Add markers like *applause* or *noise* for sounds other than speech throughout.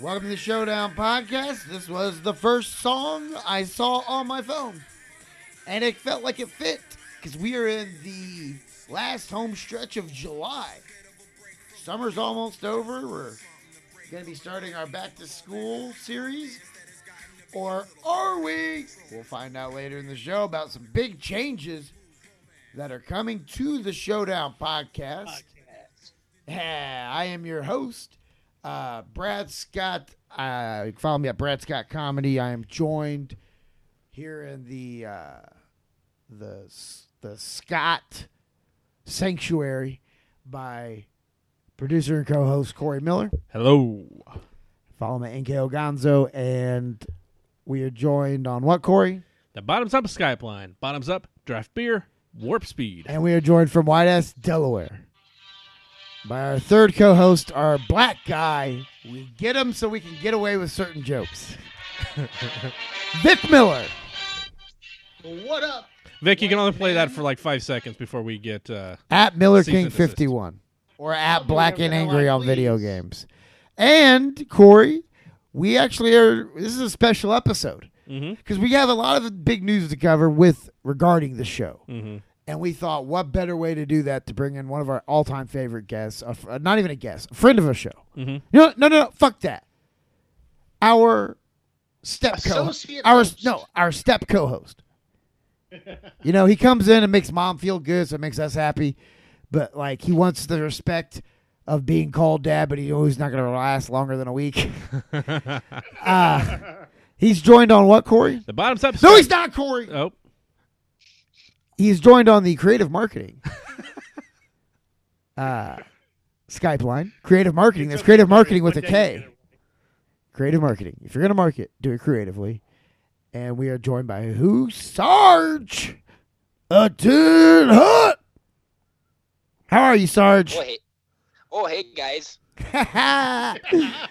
Welcome to the Showdown Podcast. This was the first song I saw on my phone. And it felt like it fit because we are in the last home stretch of July. Summer's almost over. We're going to be starting our back to school series. Or are we? We'll find out later in the show about some big changes that are coming to the Showdown Podcast. Yeah, I am your host, uh, Brad Scott. Uh, you can follow me at Brad Scott Comedy. I am joined here in the uh, the the Scott Sanctuary by producer and co-host Corey Miller. Hello. Follow me at NKO Gonzo, and we are joined on what Corey? The bottoms up Skype line. Bottoms up draft beer. Warp speed. And we are joined from White Ass, Delaware, by our third co-host, our black guy. We get him so we can get away with certain jokes. Vic Miller. What up? Vic, you can only play that for like five seconds before we get. Uh, At Miller Cease and King desist. 51 or at Black and Angry on video games. And Corey, we actually are this is a special episode because we have a lot of big news to cover with regarding the show. And we thought, what better way to do that to bring in one of our all-time favorite guests? A, fr- not even a guest, a friend of a show. No, no, no, no, fuck that. Our step co Associate our host. no, our step co-host. You know, he comes in and makes mom feel good, so it makes us happy. But like, he wants the respect of being called dad, but he knows he's not going to last longer than a week. uh, he's joined on what, Corey? the bottoms up. No, he's not, Corey. Oh, He's joined on the creative marketing. uh, Skype line, creative marketing. That's creative marketing with a K. Creative marketing. If you're going to market, do it creatively. And we are joined by who? Sarge, a dude hut. How are you, Sarge? Oh hey, oh hey guys. *laughs* *laughs*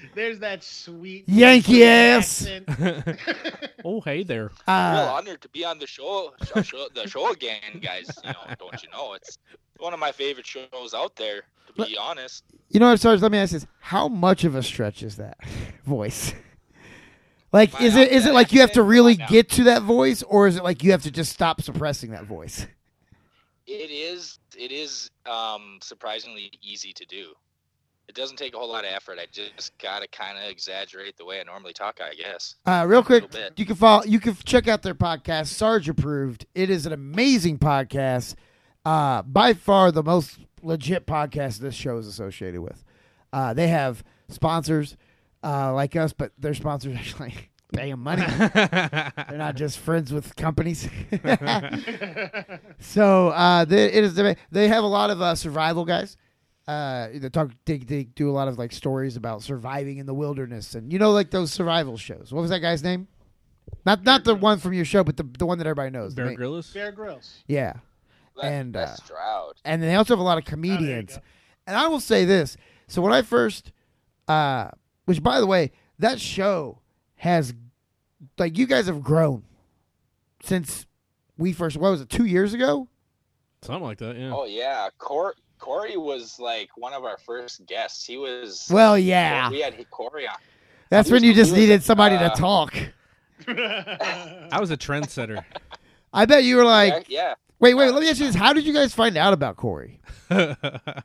Uh, There's that sweet Yankee ass. accent. *laughs* oh, hey there. well, Uh, honored to be on the show, sh- show the show again, guys. You know, don't you know? It's one of my favorite shows out there. To be honest, you know what, Sarge? Let me ask this: How much of a stretch is that *laughs* voice? Like, Why is not? it is it That like you have to accent? Why really not? get to that voice, or is it like you have to just stop suppressing that voice? it is it is um, surprisingly easy to do. It doesn't take a whole lot of effort. I just gotta kind of exaggerate the way I normally talk, I guess. Uh, real quick, Little bit. you can follow, you can check out their podcast, Sarge Approved. It is an amazing podcast, uh, by far the most legit podcast this show is associated with. Uh, they have sponsors uh, like us, but their sponsors *laughs* actually pay them *laughs* money. They're not just friends with companies. *laughs* so uh, they, it is. They have a lot of uh, survival guys. Uh, they talk. They, they do a lot of like stories about surviving in the wilderness, and you know, like those survival shows. What was that guy's name? Not not the one from your show, but the the one that everybody knows. Bear The- Grylls. Bear Grylls. Yeah, Let, And, let uh, Stroud. and they also have a lot of Oh, comedians. and I will say this: so when I first, uh, which by the way, that show has, like, you guys have grown since we first. What was it? Two years ago? Something like that. Yeah. Oh yeah, Cor- Corey was like one of our first guests. He was. Well, yeah, We had Corey on. that's he when was- you just he was, needed somebody to uh, talk. I was a *laughs* trendsetter. I bet you were like, Right? yeah. wait, wait, let me ask you this: How did you guys find out about Corey? Um, I,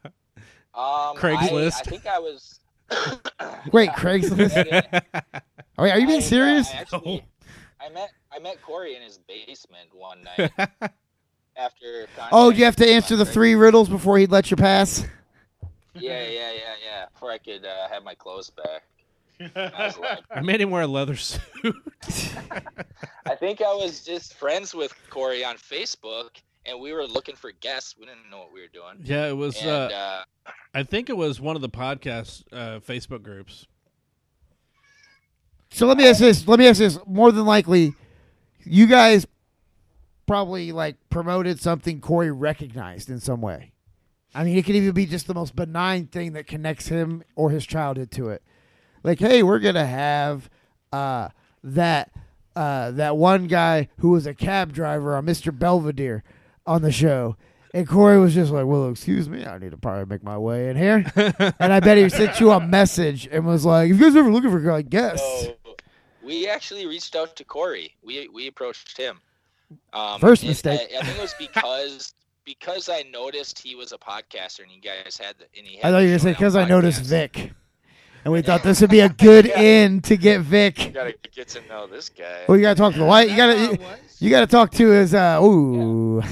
I Craigslist. think I was. *laughs* Wait, I *laughs* Craigslist? didn't- Are, are you I- being serious? I, actually, I met I met Corey in his basement one *laughs* night after. Oh, you have to answer the three riddles before he'd let you pass. Yeah, yeah, yeah, yeah. Before I could uh, have my clothes back. I, was like, I made him wear a leather suit. I think I was just friends with Corey on Facebook, and we were looking for guests. We didn't know what we were doing. *laughs* yeah, it was. And uh, uh, I think it was one of the podcast uh, Facebook groups. So let me ask this. Let me ask this. More than likely, you guys probably like promoted something Corey recognized in some way. I mean, it could even be just the most benign thing that connects him or his childhood to it. Like, hey, we're gonna have uh, that uh, that one guy who was a cab driver on Mr. Belvedere on the show. And Corey was just like, "Well, excuse me, I need to probably make my way in here." and I bet he sent you a message and was like, "If you guys ever looking for a guy, guess." so we actually reached out to Corey. We we approached him. Um, First and mistake. I, I think it was because because I noticed he was a podcaster, and you guys had the. And he had I thought the you were going to say Showdown because I noticed podcast. Vic, and we thought this would be a *laughs* good end to get You Vic. gotta get to know this guy. Well, you got to talk to the light. You got That's to how it was. you got to talk to his. Uh, ooh, Oh,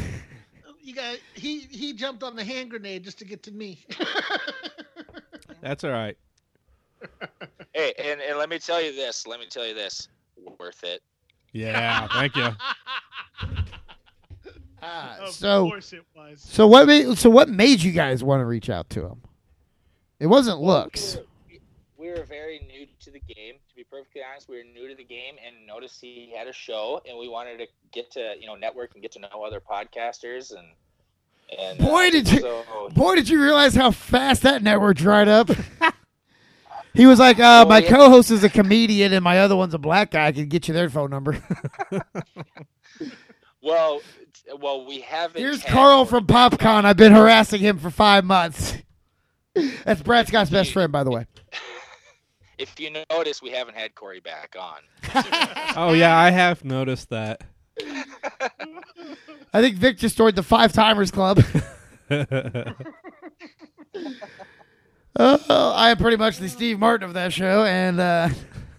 You got he he jumped on the hand grenade just to get to me. That's all right. Hey, and, and let me tell you this. Let me tell you this. Worth it. Yeah, thank you. Uh, *laughs* Ah, Of so course it was. so what made so what made you guys want to reach out to him? It wasn't looks. We were, we were very new to the game. To be perfectly honest, we were new to the game and noticed he had a show, and we wanted to get to you know network and get to know other podcasters and and uh, Boy, did you- so- Boy, did you realize how fast that network dried *laughs* up. He was like, uh, Oh, "My yeah. co-host is a comedian, and my other one's a black guy. I could get you their phone number." well, t- well, we haven't. Here's had Carl one. from PopCon. I've been harassing him for five months. That's Brad Scott's best friend, by the way. If you notice, we haven't had Corey back on. Oh yeah, I have noticed that. *laughs* I think Vic just joined the Five Timers Club. *laughs* oh, I am pretty much the Steve Martin of that show, and uh,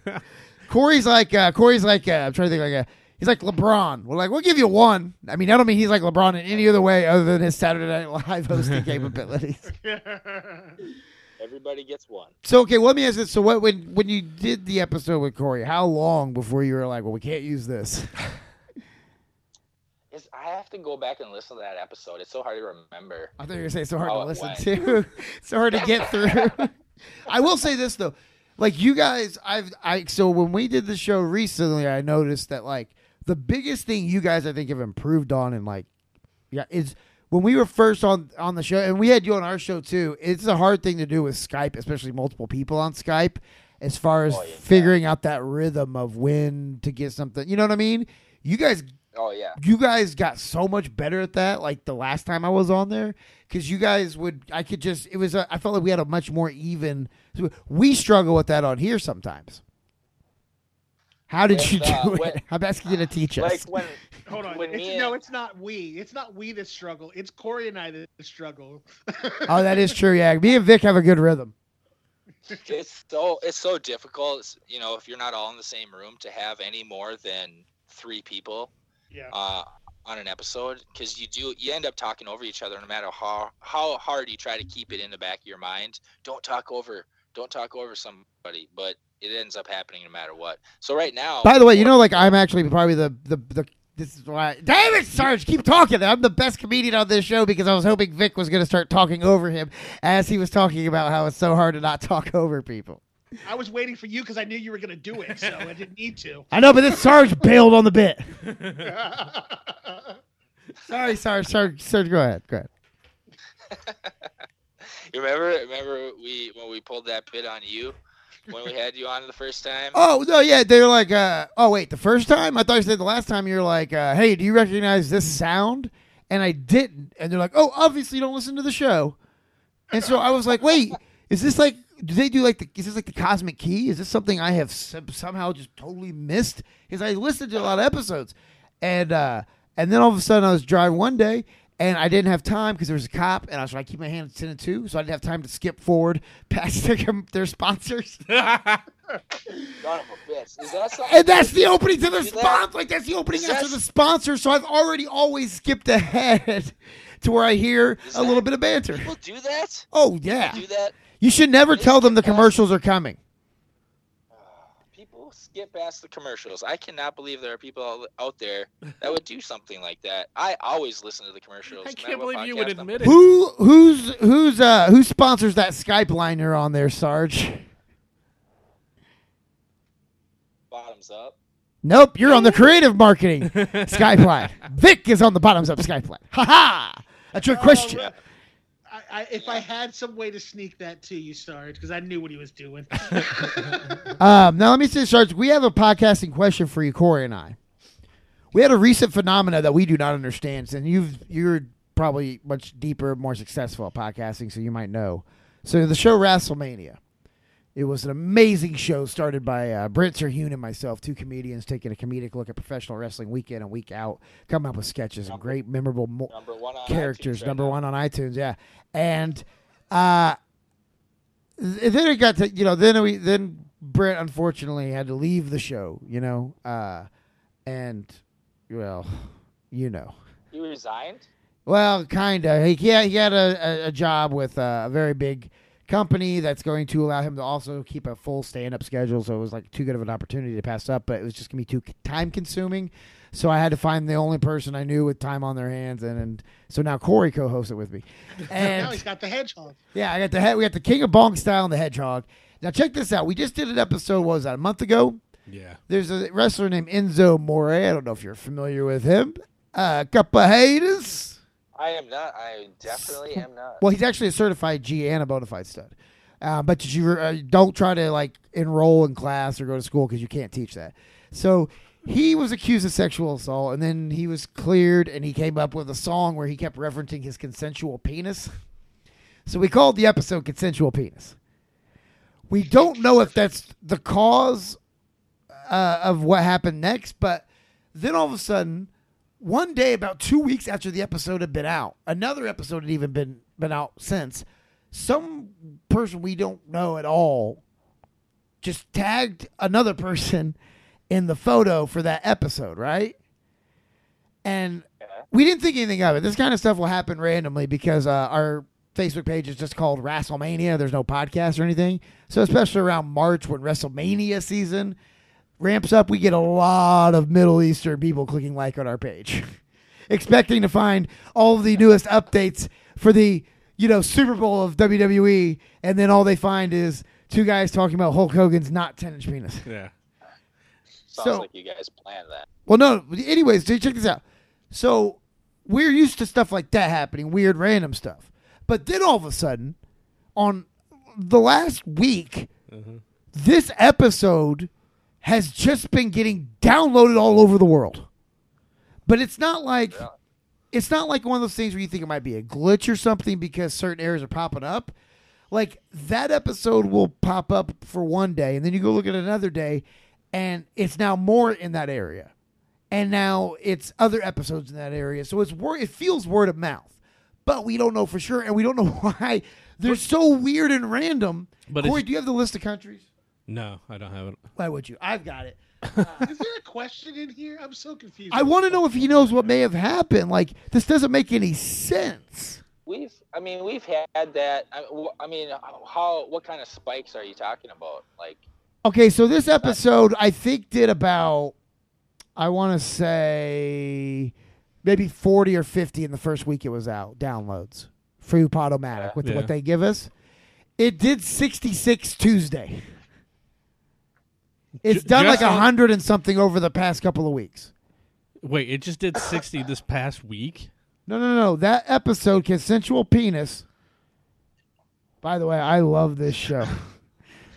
*laughs* Corey's like uh, Corey's like uh, I'm trying to think like a. He's like LeBron. We're like, we'll give you one. I mean, I don't mean he's like LeBron in any other way other than his Saturday Night Live hosting capabilities. Everybody gets one. So okay, let me ask this. So what when when you did the episode with Corey, how long before you were like, well, we can't use this? It's, I have to go back and listen to that episode. It's so hard to remember. I thought you were gonna say it's so hard Oh, to it listen went. to. *laughs* it's so hard to get through. *laughs* I will say this though, like you guys, I've I so when we did the show recently, I noticed that like the biggest thing you guys I think have improved on and like yeah is when we were first on on the show and we had you on our show too. It's a hard thing to do with Skype, especially multiple people on Skype, as far as Oh, yeah. figuring out that rhythm of when to get something. You know what I mean? You guys Oh yeah. you guys got so much better at that like the last time i was on there because you guys would i could just it was a, i felt like we had a much more even we struggle with that on here sometimes how did It's, you do uh, it what- i'm asking you to teach us Like when *laughs* *laughs* Hold on. When It's- me no, and- it's not we. It's not we that struggle. It's Corey and I that struggle. oh that is true yeah me and vic have a good rhythm it's so it's so difficult it's- you know if you're not all in the same room to have any more than three people *laughs* yeah. uh, on an episode because you do you end up talking over each other no matter how how hard you try to keep it in the back of your mind don't talk over don't talk over somebody but it ends up happening no matter what so right now by the way you know like i'm actually probably the the, the this is why damn it sarge keep talking i'm the best comedian on this show because i was hoping vic was going to start talking over him as he was talking about how it's so hard to not talk over people I was waiting for you because I knew you were going to do it, so I didn't need *laughs* to. *laughs* I know, but this Sarge bailed on the bit. Sorry, Sarge. Sarge, Sarge, go ahead. Go ahead. you remember remember we when we pulled that bit on you when we had you on the first time Oh no, yeah, they were like, uh, oh wait, the first time I thought you said the last time you were like, uh, hey, do you recognize this sound? And I didn't. And they're like, oh, obviously you don't listen to the show. And so I was like, wait, is this like? Do they do like the? Is this like the cosmic key? Is this something I have som- somehow just totally missed? Because I listened to a lot of episodes, and uh, and then all of a sudden I was driving one day. And I didn't have time because there was a cop, and I was trying to keep my hand at 10 and 2, so I didn't have time to skip forward *laughs* past their, their sponsors. Son of a bitch. Is that something And that's the opening to the Is that- sponsor. Like that's the opening is after that- the sponsor. So I've already always skipped ahead *laughs* to where I hear Is a little that- bit of banter. People do that. Oh yeah, Do that. you should never Is tell them the that- commercials are coming. People skip past the commercials. I cannot believe there are people out- out there that would do something like that. I always listen to the commercials. I no can't matter what believe you podcast would I'm- admit it. Who who's who's uh who sponsors that Skype line you're on there, Sarge? Bottoms up. Nope, you're on the creative *laughs* marketing Skype line. Vic is on the bottoms up Skype line. Ha ha! That's Oh, your question. right. I, I, if I had some way to sneak that to you, Sarge, because I knew what he was *laughs* doing. *laughs* Um, now let me say, Sarge, we have a podcasting question for you, Corey and I. We had a recent phenomena that we do not understand, and you've you're probably much deeper, more successful at podcasting, so you might know. So the show WrestleMania, it was an amazing show started by uh, Brent Terhune and myself, two comedians taking a comedic look at professional wrestling week in and week out, coming up with sketches and great memorable mo- Number one on characters, iTunes right number now. one on iTunes, yeah. And uh, th- then it got to you know then we then Brent unfortunately had to leave the show, you know, uh, and well, you know, You resigned. well, kinda. He yeah, he had a, a, a job with uh, a very big company that's going to allow him to also keep a full stand up schedule. So it was like too good of an opportunity to pass up, but it was just gonna be too time consuming. So I had to find the only person I knew with time on their hands, and, and so now Corey co-hosts it with me. now And he's got the hedgehog. yeah, I got the head. We got the King of Bong style and the Hedgehog. Now check this out. We just did an episode. What was that? A month ago. Yeah. There's a wrestler named Enzo More. I don't know if you're familiar with him. Uh, couple of haters. I am not. I definitely am not. Well, he's actually a certified G and a bona fide stud. Uh, but did you uh, don't try to like enroll in class or go to school because you can't teach that. So he was accused of sexual assault, and then he was cleared, and he came up with a song where he kept referencing his consensual penis. So we called the episode "Consensual Penis." We don't know if that's the cause uh, of what happened next, but then all of a sudden, one day about two weeks after the episode had been out, another episode had even been been out since. Some person we don't know at all just tagged another person in the photo for that episode, right? And we didn't think anything of it. This kind of stuff will happen randomly because uh, our Facebook page is just called WrestleMania. There's no podcast or anything. So, especially around March when WrestleMania season ramps up, we get a lot of Middle Eastern people clicking like on our page, *laughs* expecting to find all of the newest updates for the you know Super Bowl of WWE, and then all they find is two guys talking about Hulk Hogan's not ten inch penis. Yeah. Sounds so- like you guys planned that. Well, no. Anyways, dude, check this out. So we're used to stuff like that happening, weird, random stuff. But then all of a sudden, on the last week, this episode has just been getting downloaded all over the world. But it's not like it's not like one of those things where you think it might be a glitch or something because certain errors are popping up. Like that episode will pop up for one day, and then you go look at another day, and it's now more in that area, and now it's other episodes in that area. So it's wor- it feels word of mouth, but we don't know for sure, and we don't know *laughs* why they're so weird and random. But But Corey, it's- do you have the list of countries? No, I don't have it. Why would you? I've got it. Is there a question in here? I'm so confused. I want to know if he knows what may have happened. Like this doesn't make any sense. We've. I mean, we've had that. I, wh- I mean, how? What kind of spikes are you talking about? Like, Okay, so this episode I think did about I want to say maybe 40 or 50 in the first week it was out downloads free Podomatic with Yeah. what they give us. It did 66 Tuesday. It's Ju- done like just a on- 100 and something over the past couple of weeks. Wait, it just did 60 this past week? No, no, no. That episode, Consensual Penis. By the way, I love this *laughs* show.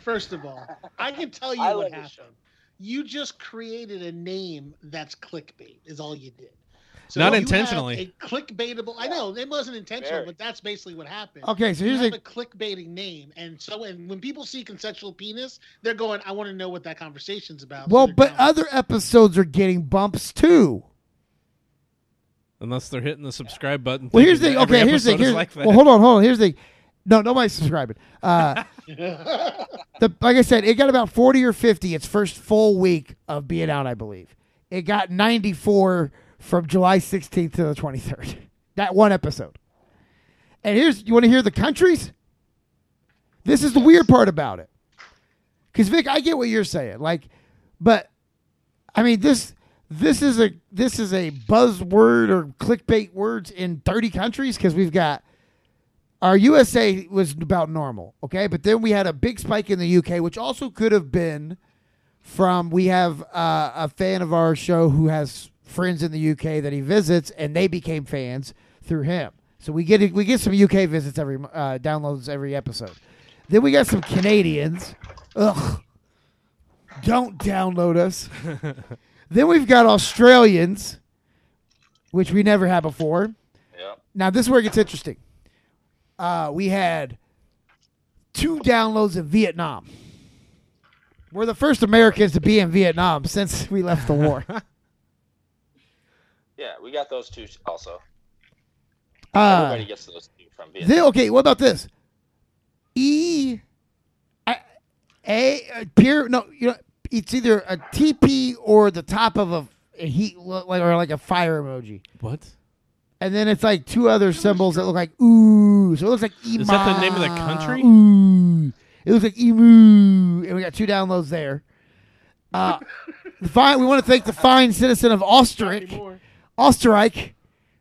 First of all, I can *laughs* tell you I what love happened. this show. You just created a name that's clickbait. Is all you did. So Not you have intentionally. A clickbaitable. I know it wasn't intentional, Very. but that's basically what happened. Okay, so You here's have a a clickbaiting name, and so and when people see consensual penis, they're going, "I want to know what that conversation's about." so Well, they're but down. other episodes are getting bumps too. Unless they're hitting the subscribe button. Well, here's the thing. thinking that Okay, every here's the thing. episode is Here's, like that. well, hold on, hold on. Here's the thing. No, nobody's subscribing. Uh, the like I said, it got about forty or fifty its first full week of being out. I believe it got ninety four from July sixteenth to the twenty third. That one episode. And here's you want to hear the countries? This is the weird part about it. Cuz Vic, I get what you're saying. Like but I mean this this is a this is a buzzword or clickbait words in 30 countries cuz we've got our USA was about normal, okay? But then we had a big spike in the UK, which also could have been from we have uh, a fan of our show who has friends in the UK that he visits, and they became fans through him. So we get we get some UK visits every mo- uh, downloads every episode. Then we got some Canadians. Ugh, don't download us. *laughs* then we've got Australians, which we never had before. Yep. Now this is where it gets interesting. Uh, we had two downloads in Vietnam. We're the first Americans to be in Vietnam since we left the *laughs* war. Yeah, we got those two also. Uh, Everybody gets those two from Vietnam. then, okay, what about Uh, this? E, I- A, uh, peer, no, you know, it's either a TP or the top of a, a heat, like, or like a fire emoji. What? And then it's like two other symbols that look like ooh. So it looks like emu. Is that the name of the country? Ooh. It looks like emu. And we got two downloads there. Uh, the fine, we want to thank the fine citizen of Osterreich. Osterreich.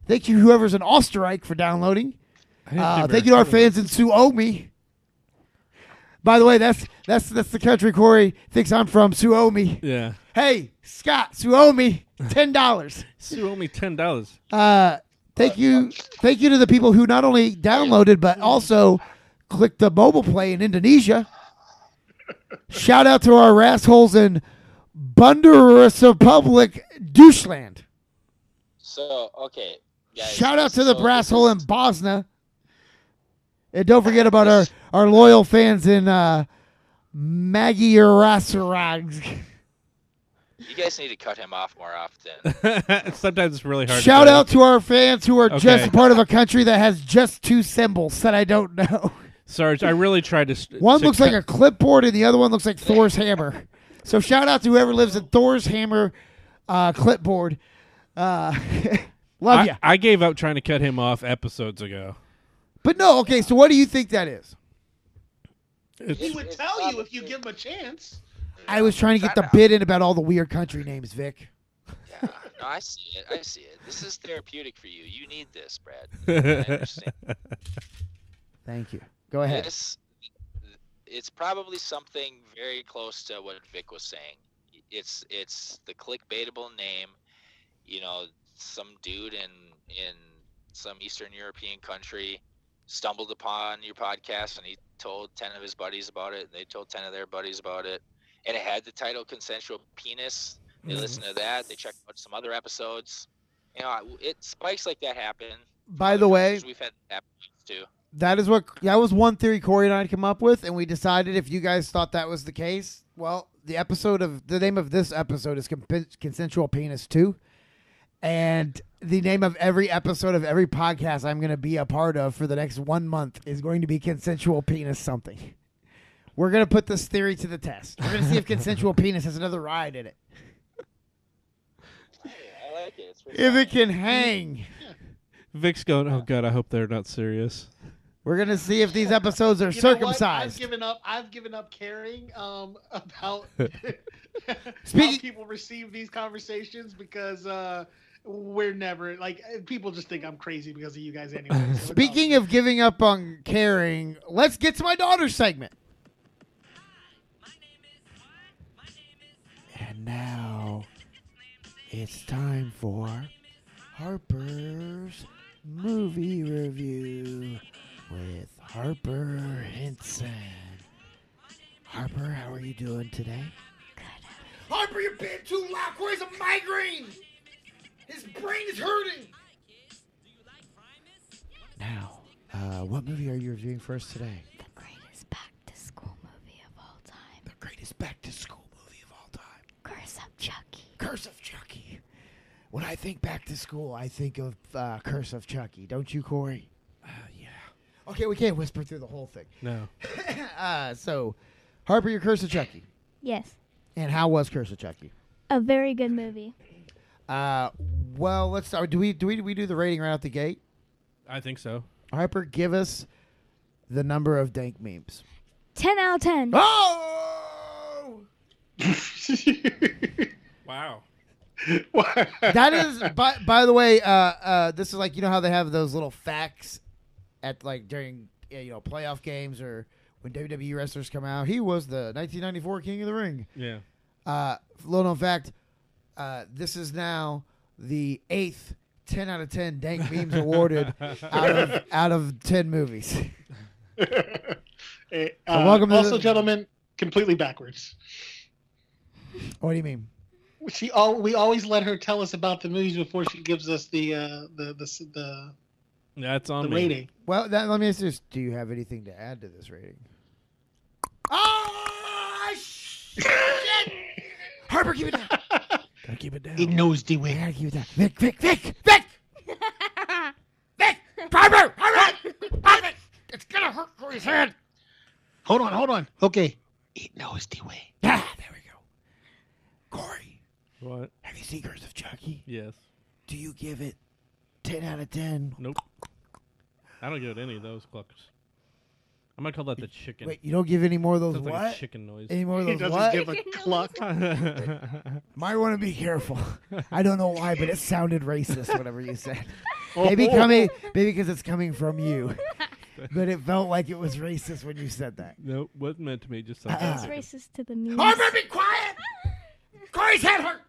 Thank you, whoever's in Osterreich, for downloading. I didn't Uh, do thank you to our very fans in Suomi. By the way, that's that's that's the country Corey thinks I'm from, Suomi. good. Yeah. Hey, Scott, Suomi, ten dollars. Sue owe me ten dollars. *laughs* Uh, thank you, thank you to the people who not only downloaded but also clicked the mobile play in Indonesia. Shout out to our rassholes in Bundaris Republic Doucheland. So okay, guys, Shout out to this- the so brass this hole is- in Bosnia. And don't forget about our, our loyal fans in uh, Magyarország. You guys need to cut him off more *laughs* often. Sometimes it's really hard. to Shout do. out to our fans who are just Okay. part of a country that has just two symbols that I don't know. *laughs* Sarge. I really tried to. st- One to looks like a clipboard, and the other one looks like Thor's hammer. So shout out to whoever lives in Thor's hammer uh, clipboard. Uh, *laughs* love I, ya. I gave up trying to cut him off episodes ago. But no, okay. So what do you think that is? It's, He would It's tell you if you obviously- give him a chance. I was trying to get the bit in about all the weird country names, Vic. Yeah, no, I see it. I see it. This is therapeutic for you. You need *laughs* this, Brad. I understand. Thank you. Go ahead. This, it's probably something very close to what Vic was saying. It's it's the clickbaitable name. You know, some dude in in some Eastern European country stumbled upon your podcast and he told ten of his buddies about it. They told ten of their buddies about it, and it had the title "Consensual Penis." They Mm-hmm. listened to that. They checked out some other episodes. You know, it spikes like that happen. By the way, we've had that too. that is what that was one theory Corey and I had come up with, and we decided if you guys thought that was the case, well, the episode of the name of this episode is Compen- consensual penis two, and the name of every episode of every podcast I'm going to be a part of for the next one month is going to be consensual penis something. We're going to put this theory to the test. We're going to see if consensual penis has another ride in it. I like it. It's pretty If it can hang. Vic's going. Oh god, I hope they're not serious. We're going to see if these episodes are You know what? I've circumcised. given up. I've given up caring um, *laughs* about Speaking- how people receive these conversations because uh, we're never like eh, people just think I'm crazy because of you guys anyway. so it's Speaking of giving up on caring, let's get to my daughter's segment. And now it's time for Harper's movie review with Harper Henson. Harper, how are you doing today? Good. Harper, you're being too loud. Corey's a migraine. His brain is hurting. Now, uh, what movie are you reviewing for us today? The greatest back to school movie of all time. The greatest back to school movie of all time Curse of Chucky. Curse of Chucky. When I think back to school, I think of uh, Curse of Chucky. Don't you, Corey? Uh, yeah. Okay, we can't whisper through the whole thing. No. Uh, so, Harper, your Curse of Chucky. Yes. And how was Curse of Chucky? A very good movie. Uh, well, let's start. Do we do we, do we do the rating right out the gate? I think so. Harper, give us the number of dank memes. 10 out of 10. Oh! Wow. that is by by the way uh uh this is like you know how they have those little facts at like during yeah, you know playoff games or when WWE wrestlers come out he was the 1994 King of the Ring Yeah. uh little known fact uh this is now the eighth 10 out of 10 dank memes awarded out of out of 10 movies *laughs* *laughs* Eh, So uh, welcome to also, the- gentlemen, completely backwards. what do you mean She all we always let her tell us about the movies before she gives us the uh, the the the, That's the on me. rating. well that, let me ask you this do you have anything to add to this rating oh shit *laughs* Harper keep it down Gotta keep it down. It knows the I way. gotta give that. Vic, Vic, Vic, Vic, *laughs* Vic, Driver, hurry, driver! It's gonna hurt for his head. Hold on, hold on. Okay, it knows the way. Yeah, Ah, there we go. Corey, What? have you seen Curse of Chucky? Yes. Do you give it ten out of ten? Nope. I don't give it any of those cluckers. I'm gonna call that the chicken. Wait, you don't give any more of those Sounds what? like a chicken noise. *laughs* Any more of He those doesn't what? give *laughs* a cluck. Might want to be careful. I don't know why, but it sounded racist. Whatever you said, maybe coming, maybe because it's coming from you. But it felt like it was racist when you said that. nope, wasn't meant to be. Just something. Uh-uh. It's racist to the memes. be quiet! Corey's head hurt.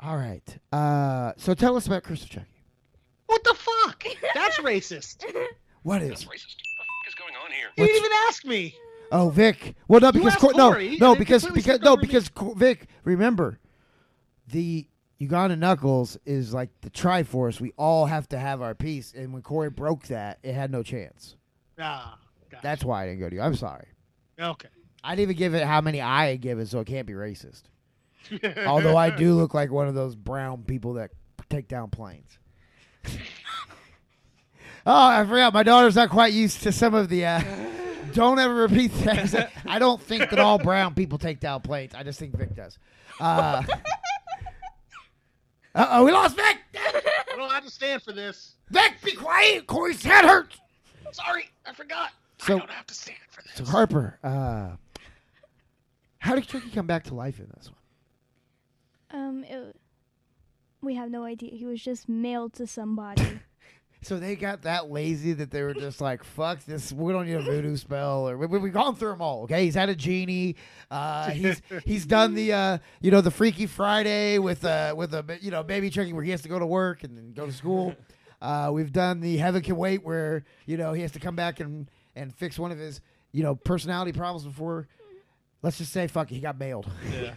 All right. Uh, so tell us about Christopher Chucky. What the fuck? That's racist. You What is? didn't even ask me. Oh, Vic. Well, no, because asked Cor- no, Corey, no, and it because completely because skipped no, over me. because Co- Vic. Remember, the Uganda Knuckles is like the Triforce. We all have to have our piece, and when Corey broke that, it had no chance. Ah, gotcha. That's why I didn't go to you. I'm sorry. okay. *laughs* I didn't even give it how many I give it, so it can't be racist. Although I do look like one of those brown people that take down planes. *laughs* oh, I forgot. My daughter's not quite used to some of the. Uh, don't ever repeat that. *laughs* I don't think that all brown people take down planes. I just think Vic does. Uh *laughs* oh, we lost Vic. *laughs* I don't have to stand for this. Vic, be quiet. Corey's head hurts. Sorry, I forgot. So- I don't have to stand for this. So Harper, uh, how did Chucky come back to life in this one? Um, it, we have no idea. He was just mailed to somebody. So they got that lazy that they were just like, "Fuck this! We don't need a voodoo spell." Or we, we, have gone through them all. Okay, he's had a genie. Uh, he's he's done the uh, you know the Freaky Friday with uh with a you know baby Chucky where he has to go to work and then go to school. Uh, we've done the Heaven Can Wait where you know he has to come back and and fix one of his you know personality problems before. Let's just say, fuck, it, he got mailed. yeah.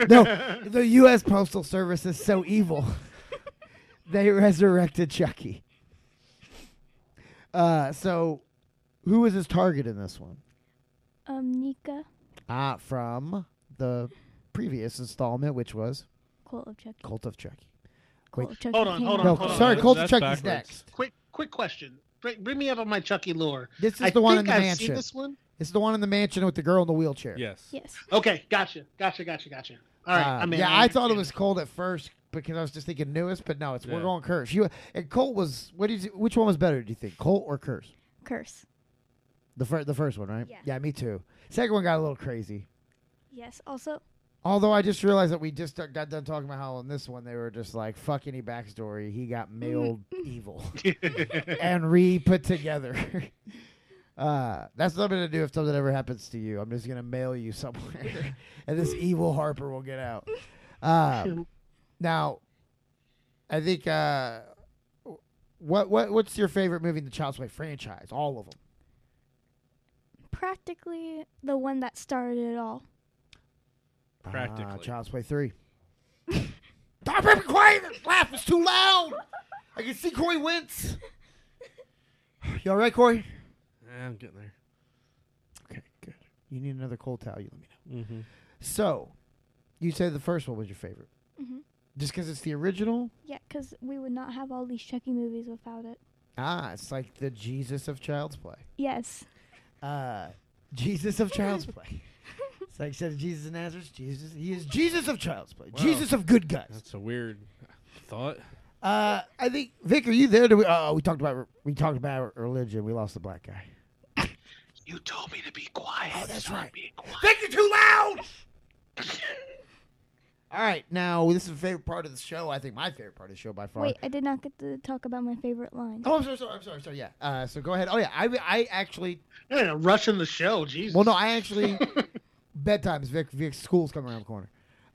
*laughs* no, the U.S. Postal Service is so evil. *laughs* they resurrected Chucky. Uh, so, who was his target in this one? um, Nika, Ah, from the previous installment, which was Cult of Chucky. Cult of Chucky. Cult wait. of Chucky. Hold on, came hold on, No, out. hold on. sorry, That- Cult of that's Chucky's backwards. next. Quick, quick question. Bring, bring me up on my Chucky lore. This is I the one in think the I've mansion. Seen this one? It's the one in the mansion with the girl in the wheelchair. Yes. Yes. Okay, gotcha, gotcha, gotcha, gotcha. All right, Uh, I'm in. yeah, I I thought it was *laughs* understand. Colt at first because I was just thinking newest, but no, it's we're Yeah. going Curse. You and Colt was what did you, which one was better? Do you think Colt or Curse? Curse. The first, the first one, right? Yeah. me too. Second one got a little crazy. Yes. Also, Although I just realized that we just got done talking about how on this one they were just like fuck any backstory. He Mm. got mailed evil *laughs* and re put together. *laughs* Uh, that's what I'm gonna do if something ever happens to you. I'm just gonna mail you somewhere, *laughs* and this evil Harper will get out. Uh, now, I think uh, what what what's your favorite movie in the Child's Play franchise? All of them. practically the one that started it all. Practically. Uh, Child's Play 3. *laughs* Stop being quiet! That laugh is too loud! I can see Corey wince. You all right, Corey? Eh, I'm getting there. Okay, good. You need another cold towel, you let me know. Mm-hmm. So, you said the first one was your favorite. Mhm. Just because it's the original? Yeah, 'cause we would not have all these Chucky movies without it. Ah, it's like the Jesus of Child's Play. Yes. Uh, Jesus of Child's Play. It's like said Jesus of Nazareth. Jesus, he is Jesus of Child's Play. Wow. Jesus of good guys. That's a weird thought. Uh, I think Vic, are you there? Do we? Oh, we talked about we talked about religion. We lost the black guy. *laughs* You told me to be quiet. Oh, that's so I'm right. being quiet. Vic, you're too loud. *laughs* All right, now this is the favorite part of the show. I think my favorite part of the show by far. Wait, I did not get to talk about my favorite line. Oh, I'm sorry, sorry, I'm sorry, sorry. Yeah. Uh, so go ahead. Oh yeah, I I actually. Yeah, rushing the show. Jesus. Well, no, I actually. bedtimes, Vic. Vic, school's coming around the corner.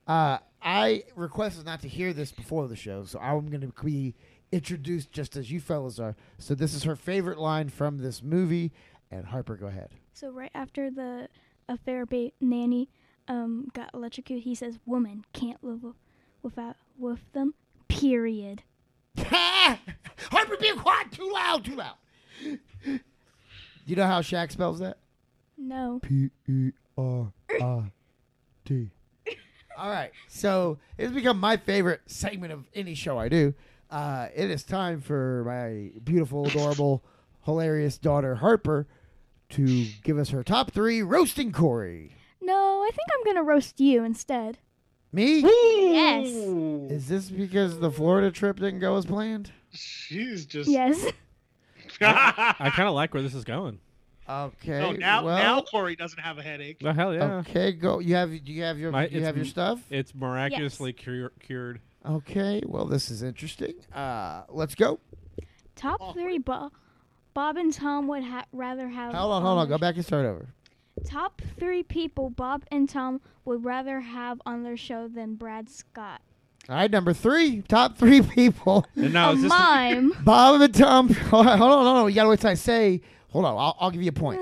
Uh, I requested not to hear this before the show, so I'm going to be introduced just as you fellas are. So this is her favorite line from this movie. And Harper, go ahead. So right after the affair ba- nanny um, got electrocuted, he says, "Woman can't live wi- without with them." Period. *laughs* Harper, be quiet! Too loud! Too loud! you know how Shaq spells that? No. P E R I T. All right, so it's become my favorite segment of any show I do. Uh, it is time for my beautiful, adorable, hilarious daughter Harper to give us her top three roasting Corey. No, I think I'm gonna roast you instead. Me? Yes. Is this because the Florida trip didn't go as planned? She's just. *laughs* Oh, Yes. I kind of like where this is going. Okay. Oh, now well, now Corey doesn't have a headache. Oh, hell yeah. Okay, go. You have do you have your My- you it's have your m- stuff? It's miraculously cure- cured. Okay. Well, this is interesting. Uh, let's go. *laughs* Top Oh, three. Bo- Bob and Tom would ha- rather have. Hold on, hold on. Go back and start over. Top three people Bob and Tom would rather have on their show than Brad Scott. All right, number three, top three *laughs* people. And now a is this mime. Bob and Tom. *laughs* Hold on, hold on, hold on. You gotta wait till I say. Hold on, I'll, I'll give you a point.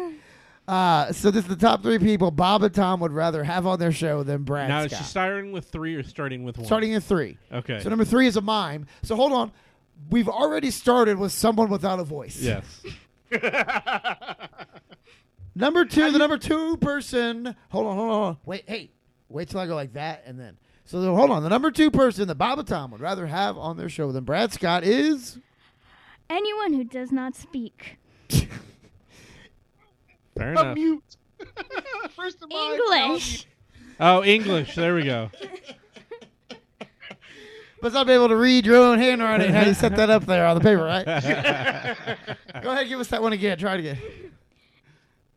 Uh, so this is the top three people Bob and Tom would rather have on their show than Brad now is Scott. she starting with three or starting with one? Starting at three. Okay. So number three is a mime. So hold on, we've already started with someone without a voice. yes. Number two, the number two person. Hold on, hold on, hold on. Wait, hey, wait till I go like that, and then. So the- hold on, the number two person that Bob and Tom would rather have on their show than Brad Scott is. Anyone who does not speak *laughs* Fair enough. Mute. First of all, English. Oh, English. There we go. Must not be able to read your own handwriting. How do you set that up there on the paper, *laughs* right? Go ahead, give us that one again. Try it again.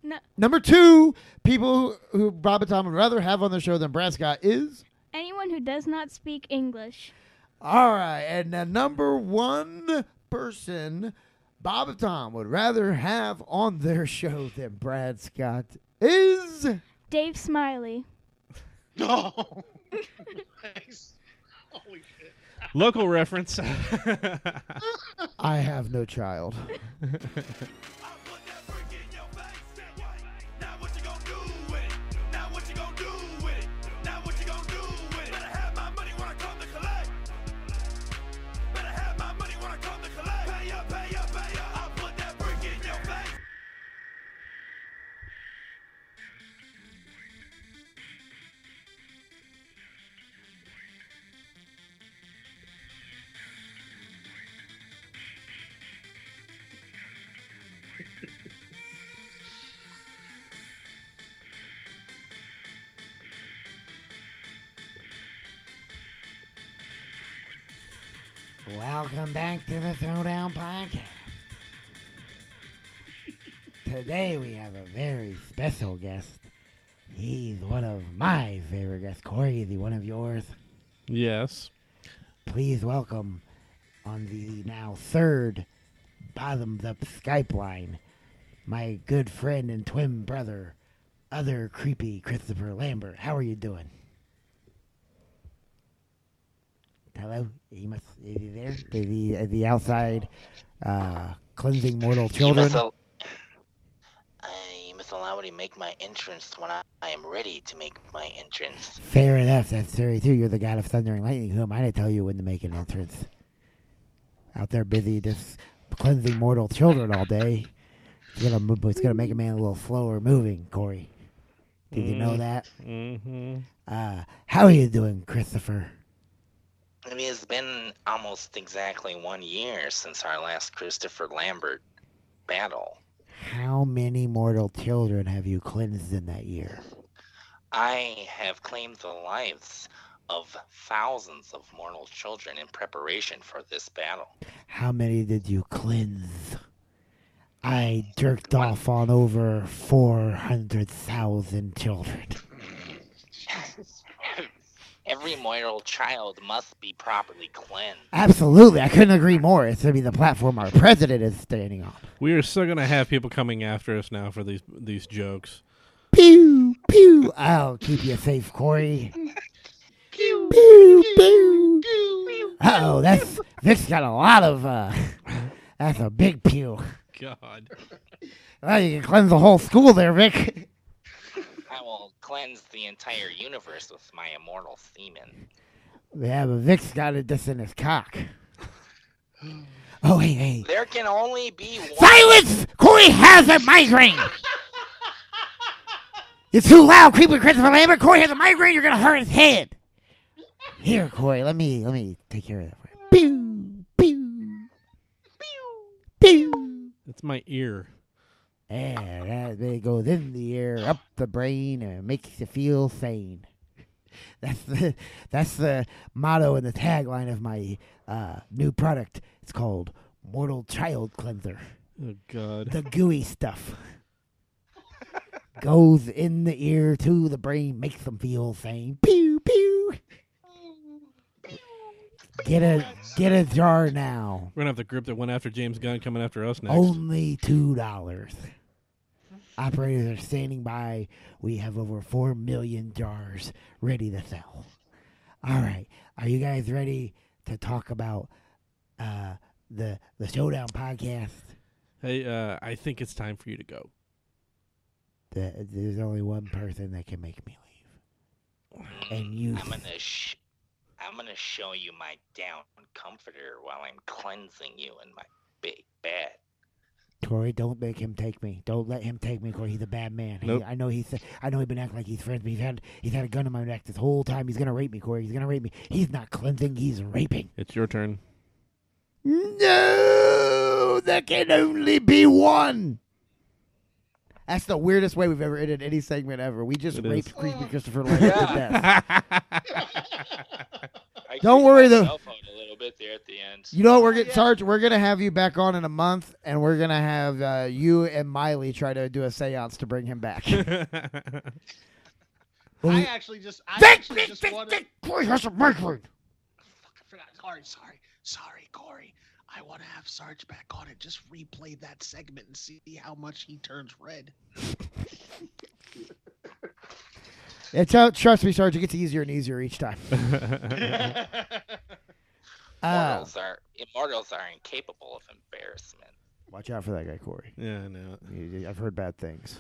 No. Number two, people who, who Bob and Tom would rather have on the show than Brad Scott is. Anyone who does not speak English. All right, and the number one person Bob and Tom would rather have on their show than Brad Scott is. Dave Smiley. Oh. nice. Holy shit. Local reference. *laughs* I have no child. Welcome back to the Throwdown Podcast. Today we have a very special guest. He's one of my favorite guests. Corey, is he one of yours? yes. Please welcome on the now third bottoms up Skype line, my good friend and twin brother, other creepy Christopher Lambert. How are you doing? Hello? He must, is he there? The, the, the outside uh, cleansing mortal children. you must allow me to make my entrance when I, I am ready to make my entrance. Fair enough. That's very true. You're the god of thunder and lightning. Who am I to tell you when to make an entrance? Out there busy just cleansing mortal children all day. It's gonna, mo- it's gonna make a man a little slower moving, Corey. Did you know that? Mm-hmm. Uh, how are you doing, Christopher? I mean, it's been almost exactly one year since our last Christopher Lambert battle. How many mortal children have you cleansed in that year? I have claimed the lives of thousands of mortal children in preparation for this battle. How many did you cleanse? I jerked off on over 400,000 children. Every mortal child must be properly cleansed. Absolutely. I couldn't agree more. It's going to be the platform our president is standing on. We are still gonna have people coming after us now for these these jokes. Pew, pew. I'll keep you safe, Corey. Pew, pew, pew. Oh, that's this got a lot of. uh That's a big pew. God, Well, you can cleanse the whole school there, Vic. I will cleanse the entire universe with my immortal semen. Yeah, but Vic's got it just in his cock. Oh, hey, hey. There can only be one. Silence! Corey has a migraine! It's too loud, creepy Christopher Lambert. Corey has a migraine, you're gonna hurt his head. Here, Corey, let me let me take care of that for you. Pew, pew, pew, pew. that's my ear. Yeah, that they goes in the air, up the brain, and makes you feel sane. *laughs* That's the that's the motto and the tagline of my uh, new product. It's called Mortal Child Cleanser. Oh God, The gooey stuff goes in the ear to the brain, makes them feel sane. Pew pew. Get a get a jar now. we're gonna have the group that went after James Gunn coming after us next. Only two dollars. Operators are standing by. We have over four million jars ready to sell. All right, are you guys ready to talk about uh, the the showdown podcast? Hey, uh, I think it's time for you to go. The, there's only one person that can make me leave, and you. I'm gonna sh- I'm gonna show you my down comforter while I'm cleansing you in my big bed. Corey, don't make him take me. Don't let him take me, Corey. He's a bad man. He- Nope. I know he's. I know he's been acting like he's friends, but he's had he's had a gun in my neck this whole time. He's gonna rape me, Corey. He's gonna rape me. He's not cleansing. He's raping. It's *laughs* your turn. No, there can only be one. That's the weirdest way we've ever ended any segment ever. We just It raped is. creepy Christopher Lambert to death. I Don't kicked worry, though. myself out a little bit there at the end. You know what? We're getting Sarge. We're gonna have you back on in a month, and we're gonna have uh, you and Miley try to do a séance to bring him back. I Well, actually just, I Vic, actually Vic, just Vic, wanted. Vic, Corey has a migraine. Fuck, I forgot. Sorry, sorry, sorry, Corey. I want to have Sarge back on and just replay that segment and see how much he turns red. It's how, trust me, Sarge. It gets easier and easier each *laughs* time. Uh, Mortals are immortals are incapable of embarrassment. watch out for that guy, Corey. yeah, I know. it. You- you- I've heard bad things.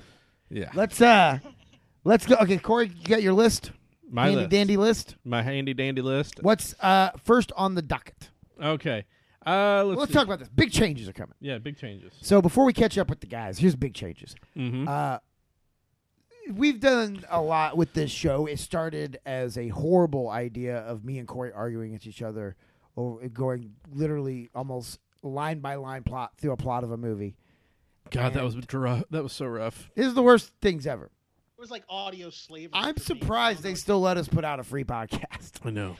Yeah, Let's uh, let's go. Okay, Corey, you got your list, my handy list. dandy list. my handy dandy list. What's uh first on the docket? Okay, uh, let's, Well, let's see. talk about this. Big changes are coming. Yeah, big changes. So before we catch up with the guys, here's big changes. Mm-hmm. Uh, we've done a lot with this show. It started as a horrible idea of me and Corey arguing against each other, over, going literally almost line by line plot through a plot of a movie. God, that was rough. That was so rough. This is the worst things ever. It was like audio slavery. I'm for me. surprised they still let us put out a free podcast. *laughs* I know.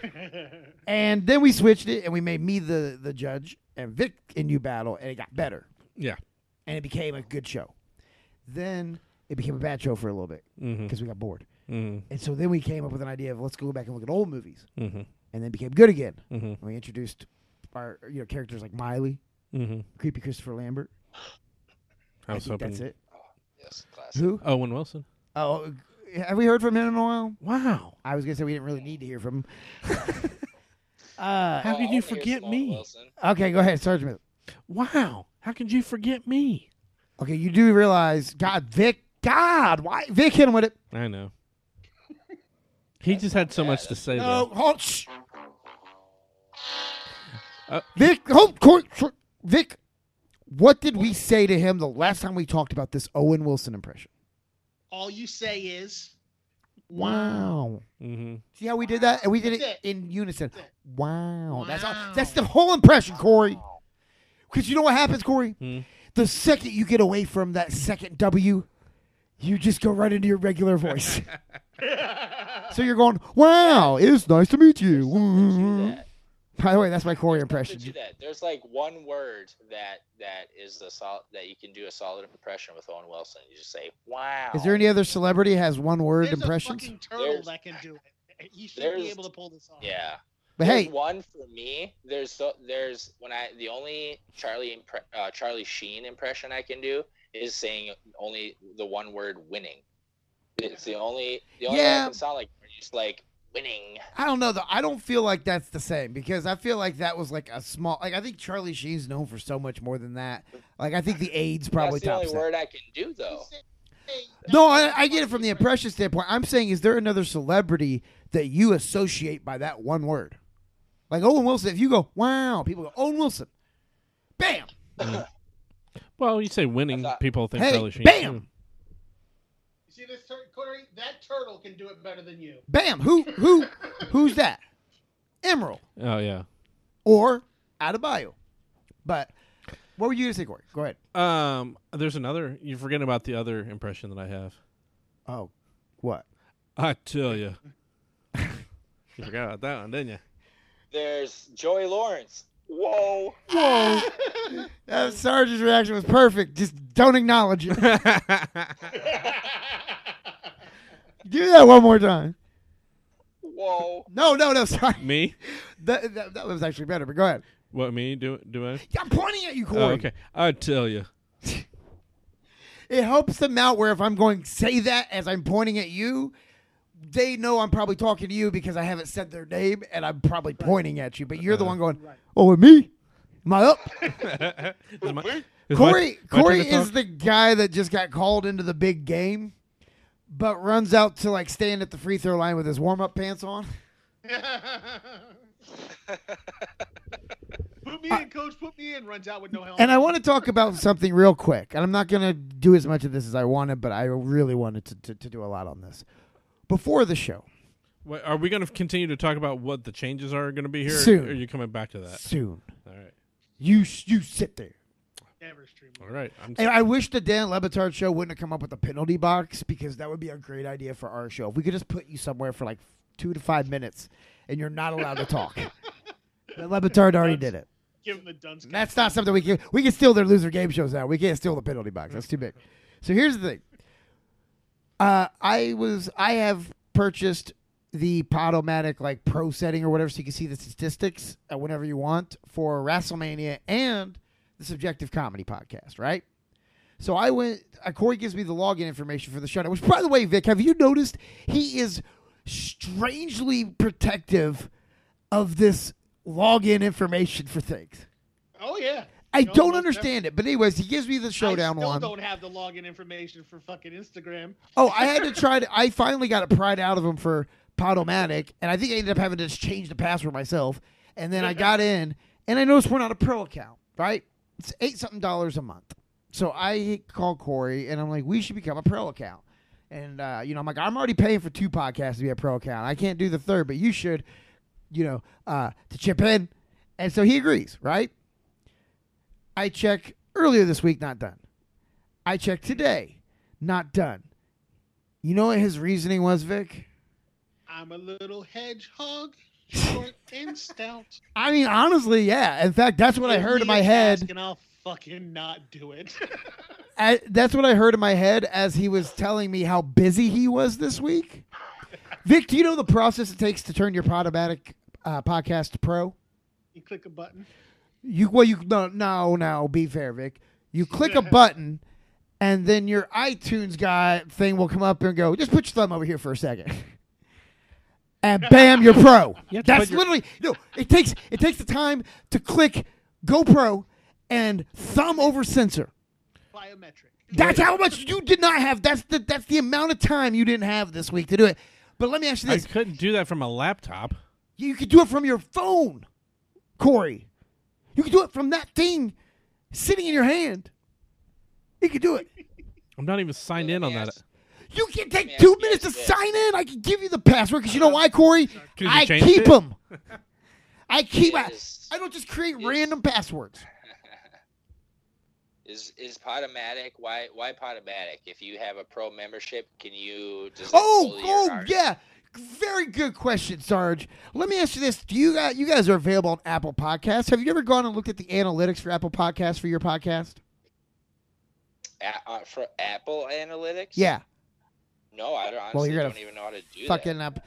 And then we switched it and we made me the the judge and Vic and you battle and it got better. Yeah. and it became a good show. Then it became a bad show for a little bit because Mm-hmm. we got bored. Mm-hmm. And so then we came up with an idea of let's go back and look at old movies, Mm-hmm. and then became good again. Mm-hmm. And we introduced our you know characters like Miley, Mm-hmm. creepy Christopher Lambert. I was think hoping that's it. Yes, classic. Who? Owen Wilson. Oh, have we heard from him in a while? Wow. I was gonna say we didn't really need to hear from him. *laughs* uh, How could Oh, you here's forget Lowell *laughs* me? Wilson. okay, go ahead, Sergeant. Miller. Wow. How could you forget me? Okay, you do realize God, Vic, God, why Vic hit him with it? *laughs* I know. He just had so much to say. No, Oh, hold, shh. Uh, Vic, hold, Corey, shh. Vic, what did we say to him the last time we talked about this Owen Wilson impression? All you say is, Wow. though. Mm-hmm. See how we did that? And we did it, That's it. in unison. That's it. Wow. That's all, Wow. that's the whole impression, Corey. Because you know what happens, Corey? Hmm. The second you get away from that second W, you just go right into your regular voice. So you're going, wow, it's nice to meet you. By the way, that's my Corey impression. Do that. There's like one word that that is the sol- that you can do a solid impression with Owen Wilson. You just say, "Wow." Is there any other celebrity has one word There's impressions? a fucking turtle There's- that can do it. He should there's- be able to pull this off. Yeah. But There's hey, one for me. There's so, there's when I the only Charlie impre- uh, Charlie Sheen impression I can do is saying only the one word winning. It's the only the only one Yeah. I can sound like. You're just like winning. I don't know though. I don't feel like that's the same because I feel like that was like a small. Like I think Charlie Sheen's known for so much more than that. Like I think the AIDS probably That's the only tops that. word I can do though. No, I, I get it from the impression standpoint. I'm saying, is there another celebrity that you associate by that one word? Like Owen Wilson. If you go, wow, people go Owen Wilson. Bam. Well, you say winning, thought- people think Hey, Charlie Sheen. bam! too. You see this tur- Corey? That turtle can do it better than you. Bam. Who who who's that? Emerald Oh yeah. or Adebayo. But what were you gonna say, Corey? Go ahead. Um, there's another. You're forgetting about the other impression that I have. Oh, what? I tell you. *laughs* you forgot about that one, didn't you? There's Joey Lawrence. Whoa. Whoa. *laughs* that Sarge's reaction was perfect. Just don't acknowledge *laughs* it. Do that one more time. Whoa. No, no, no. Sorry. me? That, that, that was actually better, but go ahead. What me? Do do I? I'm pointing at you, Corey. Oh, okay. I tell you. It helps them out where if I'm going say that as I'm pointing at you, they know I'm probably talking to you because I haven't said their name and I'm probably pointing at you. But you're Uh-huh. the one going, "Oh, and me? Am I up?" Is my- is my- Corey my turn Corey to talk? is the guy that just got called into the big game, but runs out to like stand at the free throw line with his warm up pants on. *laughs* Put me in, coach. Put me in. Runs out with no helmet. And I want to talk about something real quick. And I'm not going to do as much of this as I wanted, but I really wanted to, to, to do a lot on this. Before the show, Wait, are we going to continue to talk about what the changes are going to be here? or- Soon. Or are you coming back to that? soon, All right. you s- you sit there. Never stream. All right. I'm And I wish the Dan Levitard show wouldn't have come up with a penalty box because that would be a great idea for our show. If we could just put you somewhere for like two to five minutes and you're not allowed to talk. *laughs* But Levitard already did it. Give him the dunce. And That's not something we can. We can steal their loser game shows now. We can't steal the penalty box. That's too big. So here's the thing. Uh, I was. I have purchased the Podomatic like pro setting or whatever, so you can see the statistics uh, whenever you want for WrestleMania and the Subjective Comedy Podcast. Right. So I went. Uh, Corey gives me the login information for the show, which, by the way, Vic, have you noticed he is strangely protective of this login information for things? Oh yeah. I No, don't most understand it, but anyways, he gives me the showdown I still one. don't have the login information for fucking Instagram. Oh, I had to try to. I finally got it pried out of him for Podomatic, and I think I ended up having to just change the password myself. And then I got in, and I noticed we're not a pro account, right? It's eight something dollars a month. So I called Corey, and I'm like, we should become a pro account. And uh, you know, I'm like, I'm already paying for two podcasts to be a pro account. I can't do the third, but you should, you know, uh, to chip in. And so he agrees, right? I check earlier this week, not done. I checked today, not done. You know what his reasoning was, Vic? I'm a little hedgehog, *laughs* short and stout. I mean, honestly, yeah. In fact, that's what I heard in my head. and I'll fucking not do it. *laughs* I, that's what I heard in my head as he was telling me how busy he was this week. Vic, do you know the process it takes to turn your Podomatic uh, podcast to pro? you click a button. You well, you no, no, no. Be fair, Vic. You click a button, and then your iTunes guy thing will come up and go. Just put your thumb over here for a second, *laughs* and bam, you're pro. That's literally no. It takes it takes the time to click GoPro and thumb over sensor. Biometric. That's how much you did not have. That's the that's the amount of time you didn't have this week to do it. But let me ask you I this: couldn't do that from a laptop. you could do it from your phone, Corey. You could do it from that thing sitting in your hand. You could do it. I'm not even signed in on me that. *laughs* ask- *laughs* You can take me two ask you minutes to this. sign in. I can give you the password because you Uh-huh. know why, Corey? you I changed keep it? *laughs* them. I keep. I, Yes. I don't just create random passwords. Is is Potomatic? Why why Potomatic? If you have a pro membership, can you? Does that Oh, bully your oh, artist? yeah. Very good question, Sarge. Let me ask you this: Do you guys, you guys are available on Apple Podcasts? Have you ever gone and looked at the analytics for Apple Podcasts for your podcast? A- uh, for Apple Analytics? Yeah, No, I don't, honestly Well, you're gonna don't even know how to do fucking up.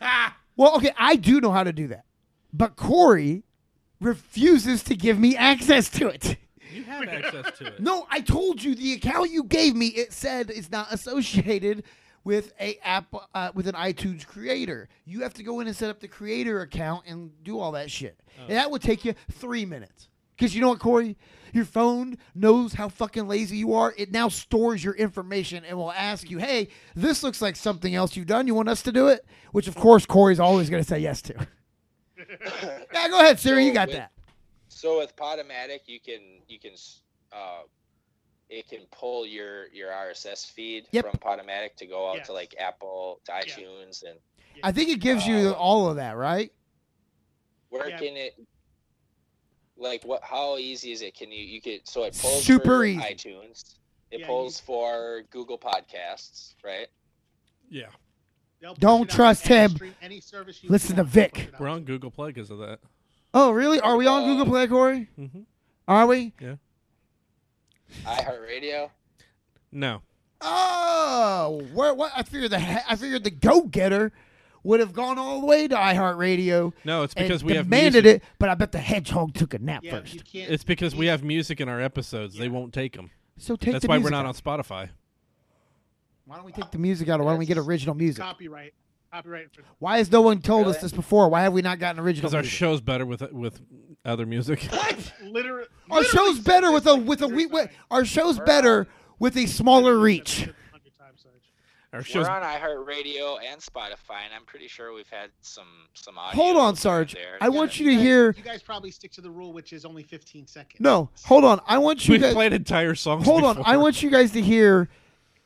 *laughs* Well, okay, I do know how to do that, but Corey refuses to give me access to it. You have access to it. No, I told you the account you gave me. It said it's not associated with a app uh, with an iTunes creator. You have to go in and set up the creator account and do all that shit. And that would take you three minutes. Because you know what, Corey, your phone knows how fucking lazy you are. It now stores your information and will ask you, "Hey, this looks like something else you've done. You want us to do it?" Which, of course, Corey's always going to say yes *laughs* to. that. yeah, go ahead, Siri. You So got with- that. So with Podomatic, you can you can uh, it can pull your your RSS feed Yep. from Podomatic to go out Yes. to like Apple to iTunes and I think it gives you Uh, all of that, right? where Yeah. can it? Like what? How easy is it? Can you you could so it pulls Super for easy. iTunes. It Yeah, pulls for Google Podcasts, right? Yeah, They'll push Don't it out trust to any him. stream- Any service you Listen want, to they'll push Vic. it out. we're on Google Play because of that. Oh, really? Are we on Uh, Google Play, Corey? Mm-hmm. Are we? iHeartRadio. No, Oh, where? What? I figured the he- I figured the go getter would have gone all the way to iHeartRadio no, it's and because we have demanded music. it, but I bet the hedgehog took a nap Yeah, first. you can't. It's because we have music in our episodes. They won't take them. So take That's the why we're music not out. on Spotify. Why don't we take the music out? Or why don't we get original music? copyright. Copyright. For, Why has no one told us Really? this before? Why have we not gotten original? Because our music? show's better with with other music. literally, our show's better with a with a we, we- our show's better with a smaller reach. *laughs* our show's We're on iHeartRadio and Spotify, and I'm pretty sure we've had some some audio. Hold on, from Sarge. there. I Yeah. want you to hear. You guys probably stick to the rule, which is only 15 seconds. No, hold on. I want you we've guys. played entire songs. Hold on. before. I want you guys to hear.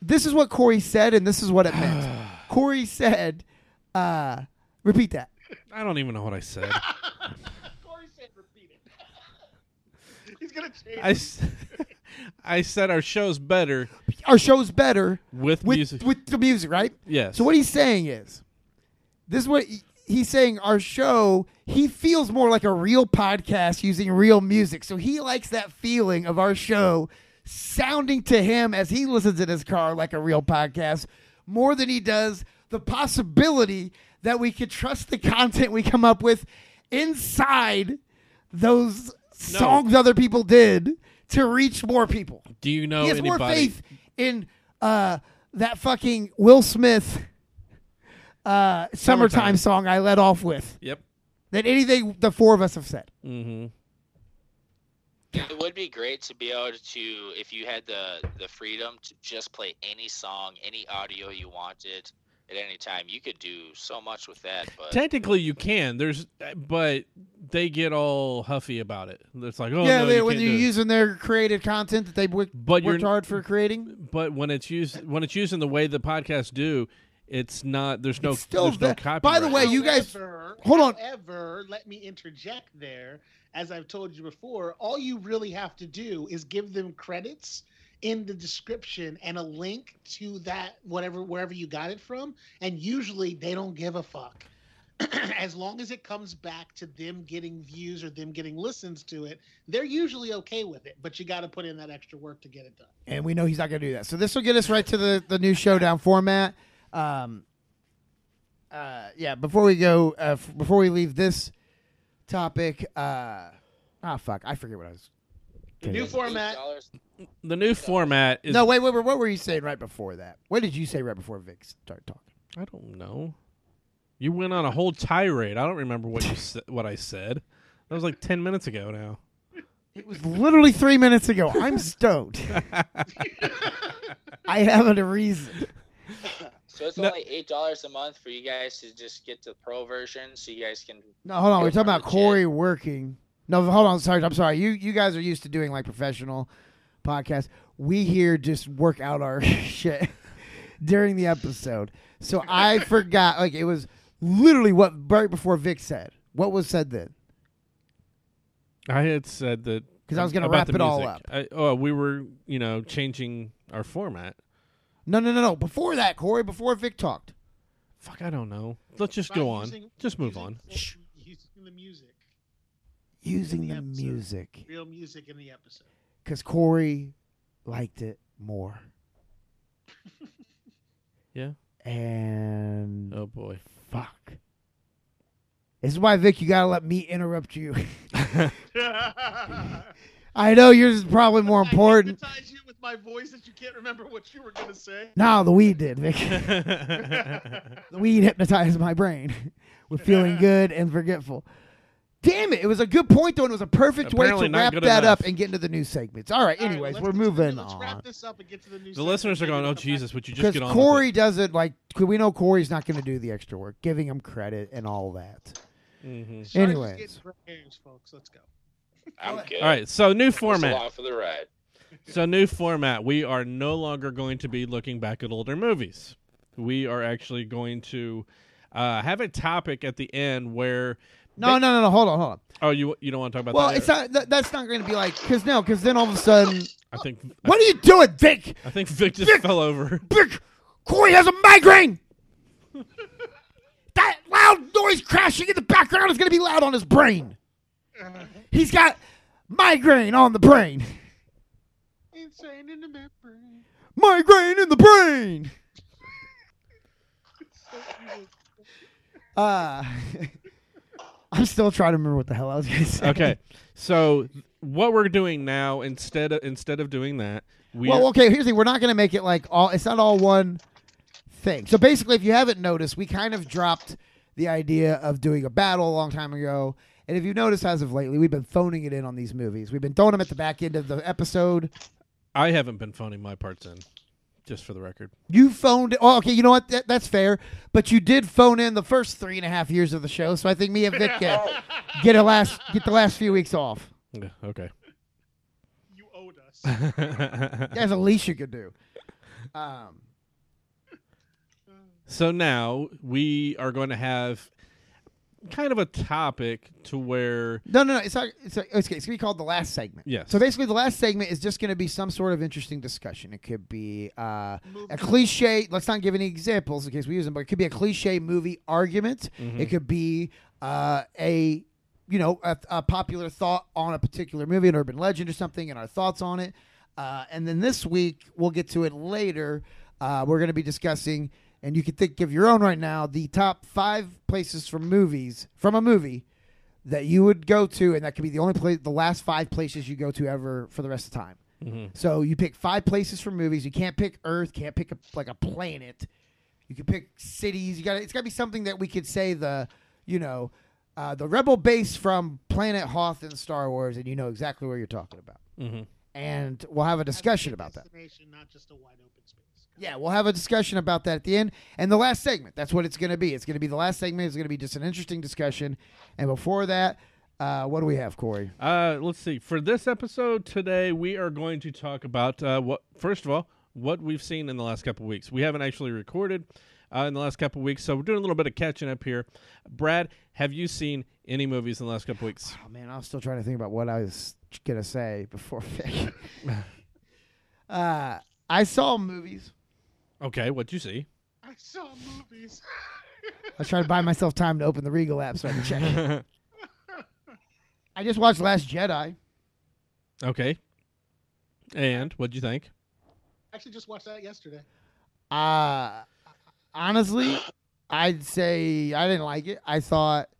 This is what Corey said, and this is what it meant. *sighs* Corey said, uh, repeat that. I don't even know what I said. Corey said repeat it. He's gonna change. I, s- *laughs* I said our show's better Our show's better with, with music. with the music, right? yes. So what he's saying is, this is what he- he's saying. Our show, he feels more like a real podcast using real music. So he likes that feeling of our show sounding to him as he listens in his car like a real podcast more than he does the possibility that we could trust the content we come up with inside those songs other people did to reach more people do you know he has anybody? more faith in uh, that fucking Will Smith uh, summertime, Summertime. song I let off with Yep. than anything the four of us have said. Mm-hmm. It would be great to be able to, if you had the the freedom to just play any song, any audio you wanted at any time. You could do so much with that, but Technically, you can. There's, but they get all huffy about it. It's like, oh yeah, no, they, you when can't you're do it. using their creative content that they worked But you're- worked hard for creating, But when it's used, when it's used in the way the podcasts do, it's not. There's no. It's still there's no va- copyright. by the way, you guys- However- hold on. However, let me interject there. As I've told you before, all you really have to do is give them credits in the description and a link to that whatever wherever you got it from, and usually they don't give a fuck. *clears throat* as long as it comes back to them getting views or them getting listens to it, they're usually okay with it. But you got to put in that extra work to get it done. and we know he's not going to do that. So this will get us right to the, the new showdown format. Um, uh, yeah, before we go, uh, f- before we leave this topic, uh, ah, fuck, I forget what I was. New format. $8 the new format is. no, wait, wait, wait, what were you saying right before that? What did you say right before Vic started talking? I don't know. You went on a whole tirade. I don't remember what you sa- what I said. That was like ten minutes ago now. It was literally three minutes ago. *laughs* I'm stoned. I haven't a reason. So it's No. only eight dollars a month for you guys to just get the pro version, so you guys can. No, hold on. We're talking about Legit. Corey working. No, hold on, Sarge. I'm sorry. You you guys are used to doing like professional podcasts. We here just work out our *laughs* shit during the episode. So *laughs* I forgot. Like it was literally what right before Vic said. What was said then? I had said that because I was going to about wrap the it all up. music. I, oh, we were you know changing our format. No, no, no, no. Before that, Corey, before Vic talked. Fuck, I don't know. Let's just go on. Using- just move using- on. *laughs* Using the music, Using the the episode. music real music in the episode. because Corey liked it more, Yeah. and Oh boy. *laughs* fuck. This is why Vic, you gotta let me interrupt you. *laughs* *laughs* I know yours is probably more *laughs* important. I hypnotize you with my voice that you can't remember what you were going to say. *laughs* No, the weed did, Vic. *laughs* That's The weed hypnotized my brain *laughs* with feeling good and forgetful. Damn it! It was a good point though, and it was a perfect Apparently way to not wrap good that enough. up and get into the new segments. All right. All right, Anyways, let's we're continue. moving Let's on wrap this up and get to the new. the listeners are going, "Oh *laughs* Jesus, would you just because get on?" with Corey it?" doesn't like. We know Corey's not going to do the extra work, giving him credit and all that. Mhm. Anyways. Games, folks. Let's go. I'm good. All right, so new Just format. along for the ride. So new format. We are no longer going to be looking back at older movies. We are actually going to uh, have a topic at the end where. No, no, no, no. Hold on, hold on. Oh, you you don't want to talk about Well, that? it's not. That, that's not going to be like because no, because then all of a *laughs* sudden, I think what are you doing, Vic? I think Vic just Vic! fell over. *laughs* Vic, Corey has a migraine. that loud noise crashing in the background is going to be loud on his brain. He's got migraine on the brain. Insane in the membrane. Migraine in the brain. Uh, *laughs* I'm still trying to remember what the hell I was going to say. Okay, so what we're doing now instead of instead of doing that, we Well, okay. Here's the thing: we're not going to make it like all. It's not all one thing. So basically, if you haven't noticed, we kind of dropped the idea of doing a battle a long time ago. And if you've noticed, as of lately, we've been phoning it in on these movies. We've been throwing them at the back end of the episode. I haven't been phoning my parts in, just for the record. You phoned. Oh, okay. You know what? That, that's fair. But you did phone in the first three and a half years of the show, so I think me and Vic get get a last get the last few weeks off. Yeah, okay. You owed *laughs* us. That's the least you could do. Um, So now we are going to have kind of a topic to where No, no, no. It's not. It's, not- it's, it's gonna be called the last segment. Yes. So basically, the last segment is just gonna be some sort of interesting discussion. It could be uh, a cliche. Let's not give any examples in case we use them, but it could be a cliche movie argument. It could be uh, a you know a, a popular thought on a particular movie, an urban legend or something, and our thoughts on it. Uh, and then this week we'll get to it later. Uh, we're gonna be discussing, and you can think of your own right now. The top five places from movies from a movie that you would go to, and that could be the only place, the last five places you go to ever for the rest of time. So you pick five places for movies. You can't pick Earth. Can't pick a, like a planet. You can pick cities. You got to it's got to be something that we could say the you know uh, the rebel base from Planet Hoth in Star Wars, and you know exactly where you're talking about. Mhm. And we'll have a discussion about that. Destination, not just a wide open space. Yeah, we'll have a discussion about that at the end. And the last segment, that's what it's going to be. It's going to be the last segment. It's going to be just an interesting discussion. And before that, uh, what do we have, Corey? Uh, let's see. For this episode today, we are going to talk about uh, what. First of all, what we've seen in the last couple weeks. We haven't actually recorded uh, in the last couple weeks, so we're doing a little bit of catching up here. Brad, have you seen any movies in the last couple weeks? Oh, man, I'm still trying to think about what I was going to say before. *laughs* uh, I saw movies. Okay, what'd you see? I saw movies. I was trying to buy myself time to open the Regal app so I can check. *laughs* it. I just watched Last Jedi. *laughs* Okay, and what'd you think? *laughs* Actually, just watched that yesterday. Uh honestly, I'd say I didn't like it. I thought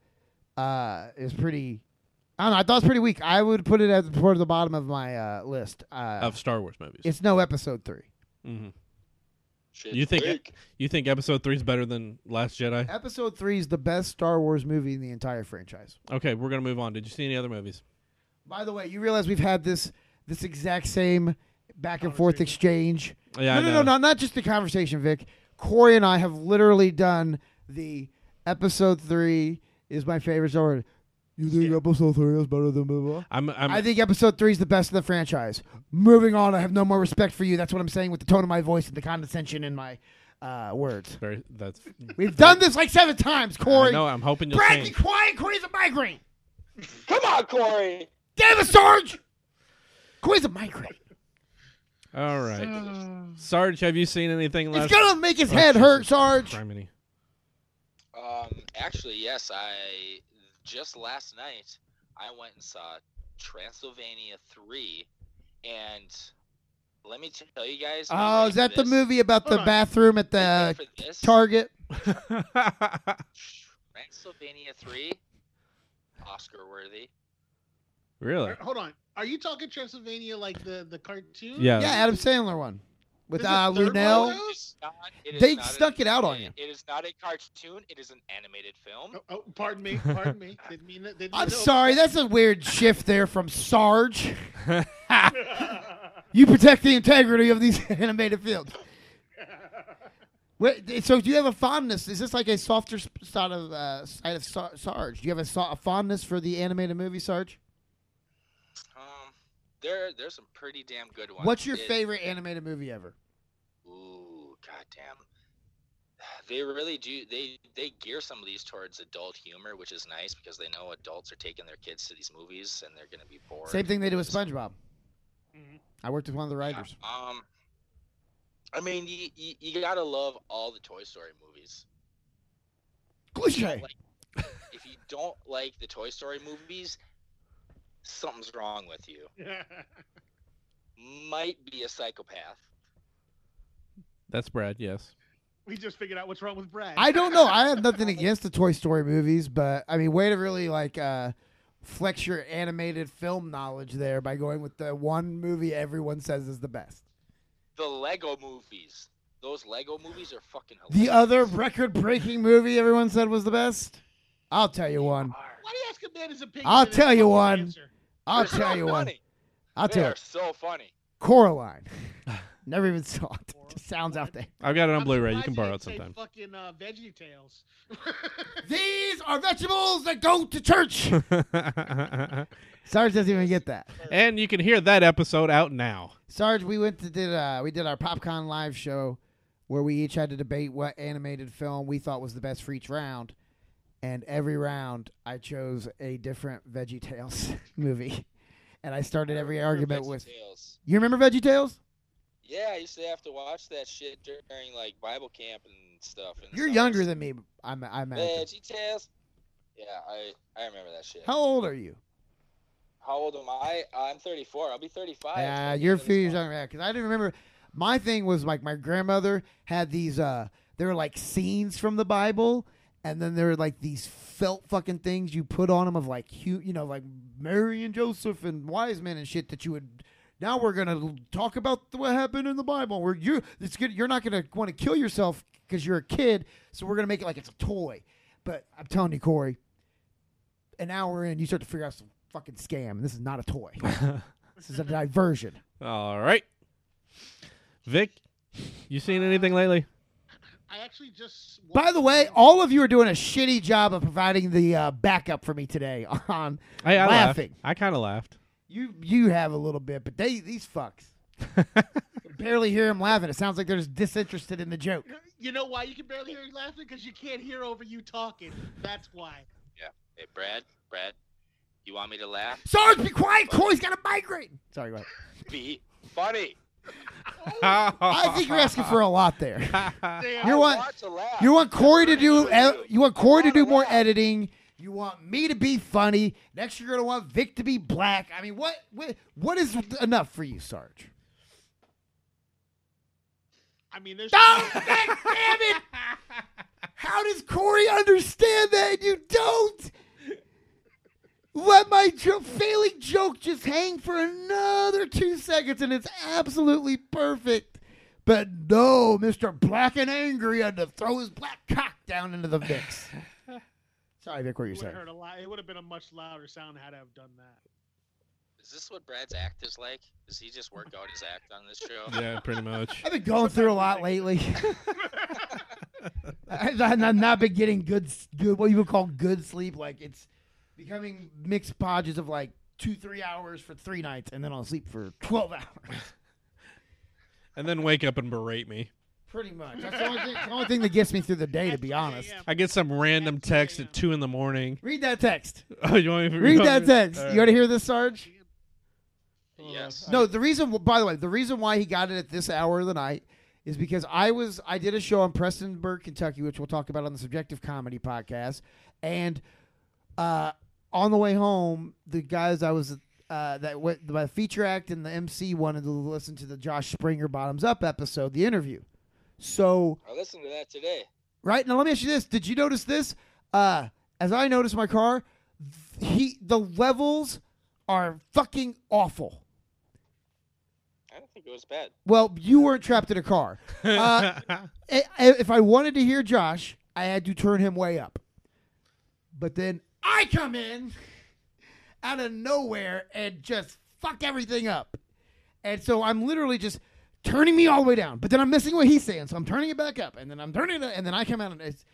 uh it was pretty I don't know, I thought it was pretty weak. I would put it at the toward the bottom of my uh list. Uh Of Star Wars movies, it's no episode three. hmm Shit, you think Luke. you think Episode Three is better than Last Jedi? Episode three is the best Star Wars movie in the entire franchise. Okay, we're gonna move on. Did you see any other movies? By the way, you realize we've had this this exact same back and forth exchange. Yeah, no, no, I no, know. not not just the conversation, Vic. Corey and I have literally done the episode three is my favorite Star Wars. You think episode three is better than blah blah? I'm, I'm I think episode three is the best of the franchise. Moving on, I have no more respect for you. That's what I'm saying with the tone of my voice and the condescension in my uh, words. very. That's We've done this like seven times, Corey. No, I'm hoping you'll Brad, change. be quiet. Corey's a migraine. Come on, Corey. Damn it, Sarge. Quit a migraine. All right. Mm. Sarge, have you seen anything last? Oh, It's gonna make his head hurt, Sarge. Criminy. Um, actually, yes. I just last night I went and saw Transylvania three, and let me tell you guys. who Oh, made is that the this- movie about the Hold on. bathroom at who the made for this? Target? Transylvania three, Oscar worthy. *laughs* really? Or- Er, Hold on. Are you talking Transylvania like the the cartoon? Yeah. Yeah, Adam Sandler one with There's a uh, third Lunel. one? It's not- it is They not a- stuck it out on you. It is not a cartoon. It is an animated film. Oh, oh, pardon me. Pardon me. Didn't mean that. Didn't I'm mean to- sorry, that's a weird shift there from *laughs* Sarge. you protect the integrity of these *laughs* animated films. Wait, so do you have a fondness? Is this like a softer sp- side of uh, side of Sar- Sarge? Do you have a, so- a fondness for the animated movie Sarge? Um, there there's some pretty damn good ones. What's your It- favorite animated movie ever? Ooh, goddamn. *sighs* They really do. They they gear some of these towards adult humor, which is nice because they know adults are taking their kids to these movies and they're gonna be bored. Same thing they do with SpongeBob. I worked with one of the writers. Um, I mean, you, you, you gotta love all the Toy Story movies. Cliche. If you don't like the Toy Story movies, something's wrong with you. Might be a psychopath. That's Brad. Yes. *laughs* we just figured out what's wrong with Brad. I don't know. I have nothing against the Toy Story movies, but I mean, way to really like uh, flex your animated film knowledge there by going with the one movie everyone says is the best. The Lego movies. Those Lego movies are fucking hilarious. The other record-breaking movie everyone said was the best. I'll tell you one. Why do you ask a man his opinion? I'll and then tell you fucking one. answer? I'll They're tell so you one. funny. I'll They tell you. are so funny. Coraline. Never even saw it. Just sounds out there. I've got it on I'm Blu-ray. You can surprised borrow it didn't say sometime. Fucking uh, Veggie Tales. *laughs* These are vegetables that go to *laughs* church. Sarge doesn't even get that. and you can hear that episode out now. Sarge, we went to did uh, we did our PopCon live show where we each had to debate what animated film we thought was the best for each round, and every round I chose a different Veggie Tales *laughs* movie, and I started every argument Veggie with. Tales. You remember Veggie Tales? Yeah, I used to have to watch that shit during like Bible camp and stuff. And You're younger than me. I'm I'm at. Veggie Tales. Yeah, I I remember that shit. How old are you? How old am I? I'm 34. I'll be 35. Yeah, Fuck, you're a that is few years fun. younger. Yeah, because I didn't remember. My thing was like my grandmother had these. uh They were like scenes from the Bible, and then there were like these felt fucking things you put on them of like hu- you know like Mary and Joseph and wise men and shit that you would. Now we're gonna l- talk about th- what happened in the Bible. Where you, it's good. You're not gonna want to kill yourself because you're a kid. So we're gonna make it like it's a toy. But I'm telling you, Corey, an hour in, you start to figure out some fucking scam. This is not a toy. this is a diversion. All right. Vic, you seen anything Uh, lately? I actually just. By watched- the way, all of you are doing a shitty job of providing the uh, backup for me today. *laughs* On I, I laughed. Laughing. I kind of laughed. you, you have a little bit, but they these fucks *laughs* barely hear him laughing. It sounds like they're just disinterested in the joke. You know why you can barely hear you laughing? Because you can't hear over you talking. That's why. Hey, Brad, Brad, you want me *laughs* to laugh? Sarge, be quiet. Corey's got a migraine. Sorry, go ahead. Be funny. I think *laughs* you're asking for a lot there. Damn. You want Want to laugh? you want Corey to do Really e- you want Corey to I wanna do more laugh. editing. You want me to be funny. Next, you're gonna want Vic to be black. I mean, what what, what is enough for you, Sarge? I mean, there's. Oh, God damn it! How does Corey understand that and you don't? Let my jo- failing joke just hang for another two seconds and it's absolutely perfect. But no, Mr. Black and Angry had to throw his black cock down into the mix. Sorry, Vic, what were you It would have saying? heard a lot. It would have been a much louder sound had I have done that. Is this what Brad's act is like? Does he just work out his act on this *laughs* show? Yeah, pretty much. I've been going through a lot lately. *laughs* I've not- I've not been getting good, s- good, what you would call good sleep. Like it's becoming mixed podges of like two, three hours for three nights, and then I'll sleep for twelve *laughs* hours. And then wake up and berate me. Pretty much. That's the only thing, the only thing that gets me through the day, to be honest. Yeah, I get some random text at two in the morning. Read that text. Oh, you want me Read that text. You want to hear this, Sarge? Yes. No, the reason, by the way, the reason why he got it at this hour of the night is because I was I did a show in Prestonburg, Kentucky, which we'll talk about on the Subjective Comedy podcast, and uh, on the way home, the guys I was uh, that went the feature act and the MC wanted to listen to the Josh Springer Bottoms Up episode, the interview. So I listened to that today. right now, let me ask you this: Did you notice this? Uh, as I noticed my car, th- he the levels are fucking awful. I don't think it was bad. Well, you weren't trapped in a car. Uh, i- if I wanted to hear Josh, I had to turn him way up. But then I come in out of nowhere and just fuck everything up. And so I'm literally just turning me all the way down. But then I'm missing what he's saying, so I'm turning it back up, and then I'm turning it, and then I come out and it's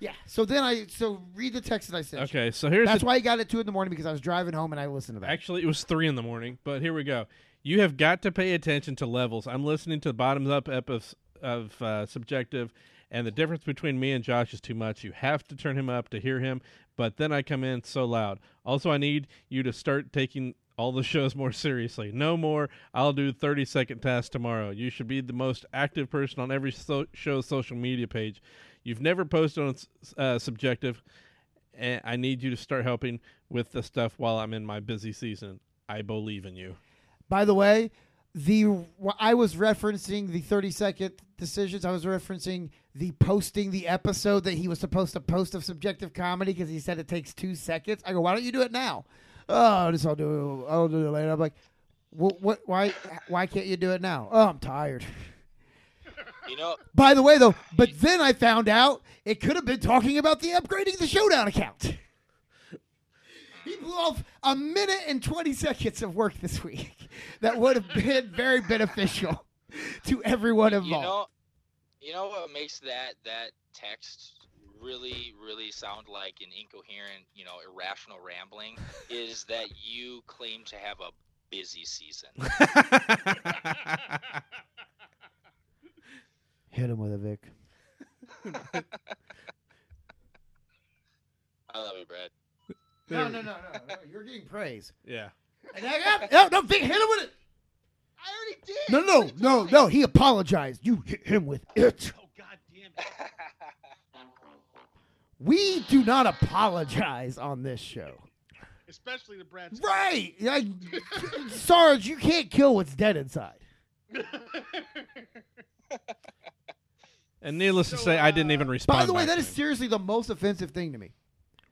yeah. So then I so read the text that I sent. you. Okay, so here's That's the- why he got it two in the morning because I was driving home and I listened to that. Actually, it was three in the morning, but here we go. You have got to pay attention to levels. I'm listening to the bottoms up episodes of uh, Subjective, and the difference between me and Josh is too much. You have to turn him up to hear him, but then I come in so loud. Also, I need you to start taking all the *laughs* shows more seriously. No more, I'll do 30 second tasks tomorrow. You should be the most active person on every so- show's social media page. You've never posted on uh, Subjective and I need you to start helping with the stuff while I'm in my busy season. I believe in you. By the way, the wh- I was referencing the 30 second decisions. I was referencing the posting the episode that he was supposed to post of subjective comedy because he said it takes two seconds. I go, why don't you do it now? Oh, this I'll do. I'll do it later. I'm like, what? what why? Why can't you do it now? Oh, I'm tired. *laughs* You know, By the way, though, but then I found out it could have been talking about the upgrading the showdown account. He blew off a minute and 20 seconds of work this week *laughs* that would have been very beneficial to everyone you involved. know, you know what makes that that text really really sound like an incoherent, you know, irrational rambling is that you claim to have a busy season. Hit him with a Vic. I love you, Brad. no, no, no, no, no. You're getting praise. yeah. And I got- no, no, Vic, hit him with it. I already did. No, no, no, no. He apologized. You hit him with it. Oh god damn it. We do not apologize on this show. Especially the Brad Scott. Right. Like, Sarge, you can't kill what's dead inside. And needless to So, say, I didn't uh, even respond. By the way, back that to is him. seriously the most offensive thing to me.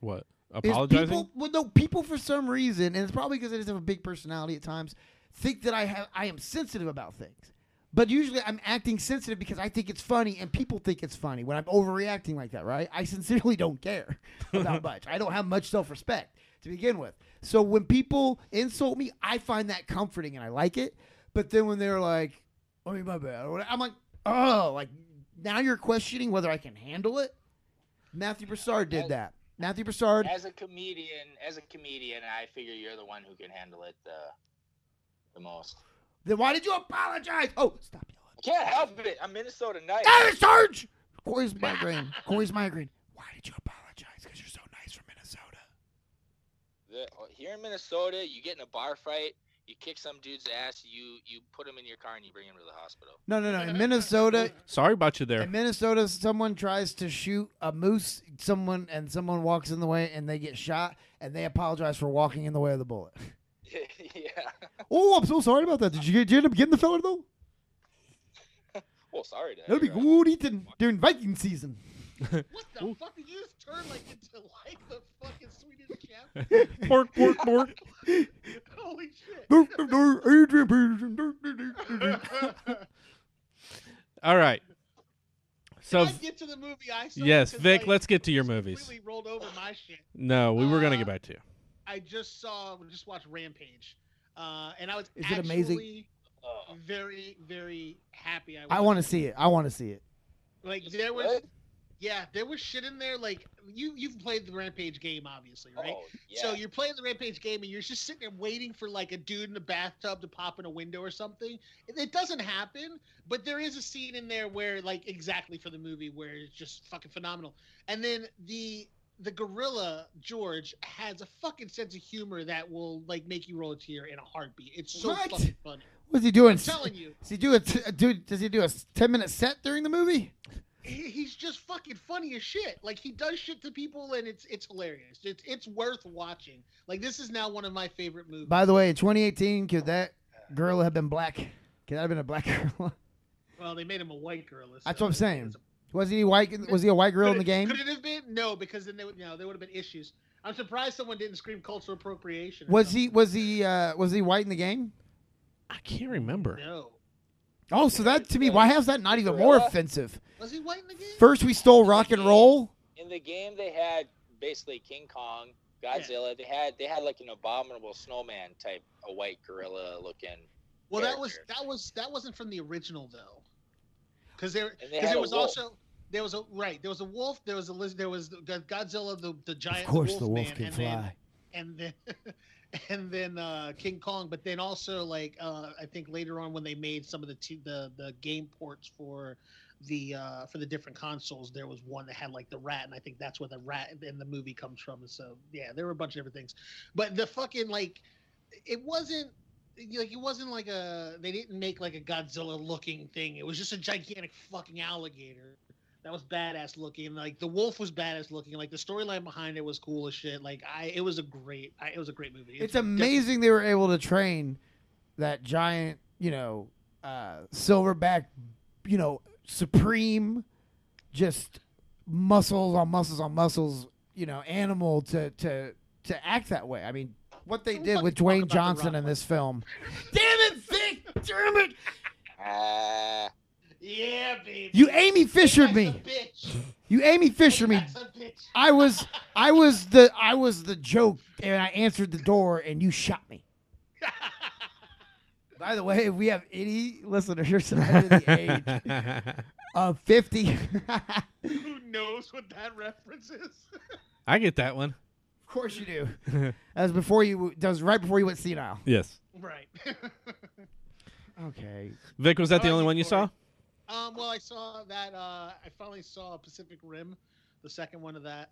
what Is apologizing. people, well, no, people for some reason, and it's probably because I just have a big personality at times, think that I have I am sensitive about things. But usually I'm acting sensitive because I think it's funny and people think it's funny when I'm overreacting like that, right? I sincerely *laughs* don't care about much. I don't have much self respect to begin with. So when people insult me, I find that comforting and I like it. But then when they're like, I mean, my bad. or whatever, I'm like, oh, like now you're questioning whether I can handle it. Matthew Broussard did that. Matthew Broussard As a comedian, as a comedian, I figure you're the one who can handle it the the most. Then why did you apologize? Oh, stop yelling. I can't help it. I'm Minnesota night. Damn it, Sarge! Corey's migraine. Corey's migraine. Why did you apologize? Because you're so nice from Minnesota. the, uh, here in Minnesota, you get in a bar fight, you kick some dude's ass, you you put him in your car and you bring him to the hospital. No, no, no. In Minnesota, Sorry about you there. *laughs* in Minnesota, someone tries to shoot a moose, someone, and someone walks in the way, and they get shot, and they apologize for walking in the way of the bullet. *laughs* yeah. *laughs* Oh, I'm so sorry about that. Did you get? Did you end up getting the fella though? Well, sorry. To That'll be interrupt. good eating during Viking season. *laughs* What the fuck did you just turn like into like the fucking Swedish *laughs* chef? Bork, bork, bork. Holy shit. No, no, no, Adrian Peterson. No, no, no, no, no. All right. So Let's get to the movie I saw. yes, 'Cause, Vic, like, let's get to your you movies. Completely rolled over my shit. No, we were gonna get Uh, back to you. I just saw, just watched Rampage, uh, and I was Is it actually amazing? Oh, very, very happy. I, I watched want to see it. I want to see it. Like there was, what? yeah, there was shit in there. Like you, you've played the Rampage game, obviously, right? Oh, yeah. So you're playing the Rampage game and you're just sitting there waiting for like a dude in a bathtub to pop in a window or something. It, it doesn't happen, but there is a scene in there where like exactly for the movie where it's just fucking phenomenal. And then the the gorilla George has a fucking sense of humor that will like make you roll a tear in a heartbeat. It's so What? fucking funny. What's he doing? I'm telling you, Does he do a t- dude? Does he do a s- ten minute set during the movie? he- he's just fucking funny as shit. Like he does shit to people, and it's it's hilarious. It's it's worth watching. Like this is now one of my favorite movies. By the way, in 2018, could that gorilla have been black? Could that have been a black *laughs* gorilla? well, they made him a white gorilla. That's so what I'm it's- saying. it's a- Was he white? Was he a white gorilla in the Could it- game? Could it have been? No, because then they would no, there would have been issues. I'm surprised someone didn't scream cultural appropriation. or Was something. he was he uh, was he white in the game? I can't remember. No. Oh, so that to me, why how's that not even more Gorilla? offensive? Was he white in the game? First, we stole rock and roll. In the game, they had basically King Kong, Yeah. Godzilla. They had they had like an abominable snowman type, a white gorilla looking. Well, that was character. that was that wasn't from the original though, because there And they because had there a was wolf. also there was a right there was a wolf there was a lizard there was the the Godzilla the the giant Of course, the wolf wolf man, can and fly. then and then *laughs* and then uh, King Kong, but then also like uh, I think later on when they made some of the t- the the game ports for the uh, for the different consoles, there was one that had like the rat, and I think that's where the rat in the movie comes from. So yeah, there were a bunch of different things, but the fucking like it wasn't like it wasn't like a they didn't make like a Godzilla looking thing. It was just a gigantic fucking alligator that was badass looking. Like the wolf was badass looking. Like the storyline behind it was cool as shit. Like I, it was a great, I, it was a great movie. It's amazing they were able to train that giant, you know, uh, silverback, you know, supreme, just muscles on muscles on muscles, you know, animal to to to act that way. I mean, what they Don't did with fucking talk Dwayne about The Johnson Rock. in this film. Damn it, Vic! Damn it! Ah, Yeah, baby. You Amy Fishered That's a me. bitch. You Amy Fisher me. That's a bitch. I was I was the I was the joke and I answered the door and you shot me. *laughs* By the way, if we have any listeners *laughs* under the age of 50. *laughs* of *laughs* Who knows what that reference is? *laughs* I get that one. course you do. *laughs* That was before you that was right before you went senile. Yes. *laughs* right. Okay. Vic, was that the All right, only one you saw? Corey. um. Well, I saw that. Uh, I finally saw Pacific Rim, the second one of that.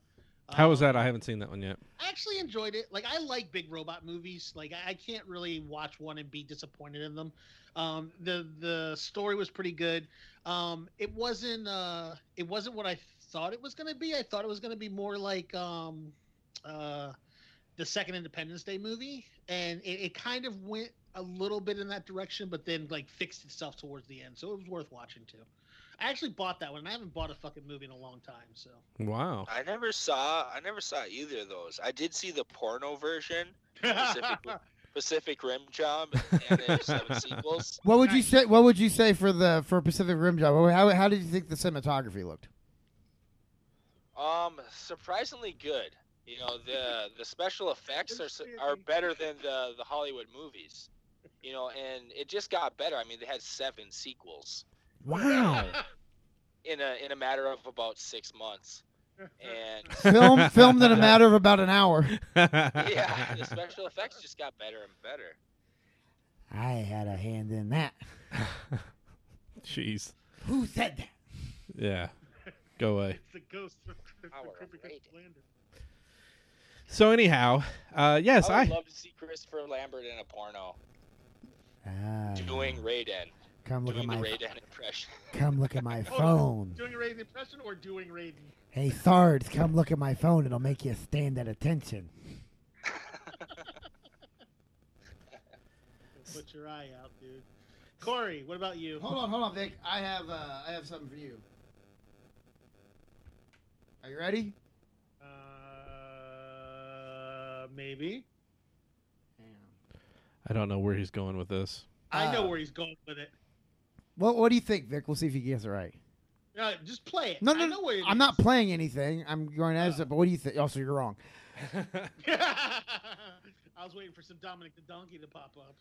How was Um, that? I haven't seen that one yet. I actually enjoyed it. Like I like big robot movies. Like I, I can't really watch one and be disappointed in them. Um, the the story was pretty good. Um, it wasn't uh, it wasn't what I thought it was gonna be. I thought it was gonna be more like um, uh, the second Independence Day movie, and it, it kind of went a little bit in that direction, but then like fixed itself towards the end. So it was worth watching too. I actually bought that one. and I haven't bought a fucking movie in a long time. So Wow. I never saw I never saw either of those. I did see the porno version, Pacific, Pacific Rim Job, and there's seven sequels. What would you say what would you say for the for Pacific Rim job? How how did you think the cinematography looked? Um, surprisingly good. You know the the special effects are su- are better than the the Hollywood movies. You know, and it just got better. I mean, they had seven sequels Wow. in a in a matter of about six months, *laughs* and Film *laughs* filmed in a matter of about an hour. *laughs* yeah, *laughs* the special effects just got better and better. I had a hand in that. Jeez. Who said that? Yeah. Go away. *laughs* it's the ghost of Our Christopher rating. Landon. So anyhow, uh, yes, Oh, I I. would love to see Christopher Lambert in a porno Ah, doing Raiden, come look at doing the my Raiden impression. *laughs* come look at my Oh, phone. Doing a Raiden impression or doing Raiden? Hey Sards, come look at my phone. It'll make you stand at attention. Put your eye out, dude. Corey, what about you? Hold on, hold on, Vic. I have uh, I have something for you. Are you ready? Uh, maybe. I don't know where he's going with *laughs* this. I know Uh, where he's going with it. What What do you think, Vic? We'll see if he gets it right. No, Uh, just play it. No, I no, know where it I'm is. not playing anything. I'm going to answer. But what do you think? Also, you're wrong. Oh, *laughs* I was waiting for some Dominic the Donkey to pop up.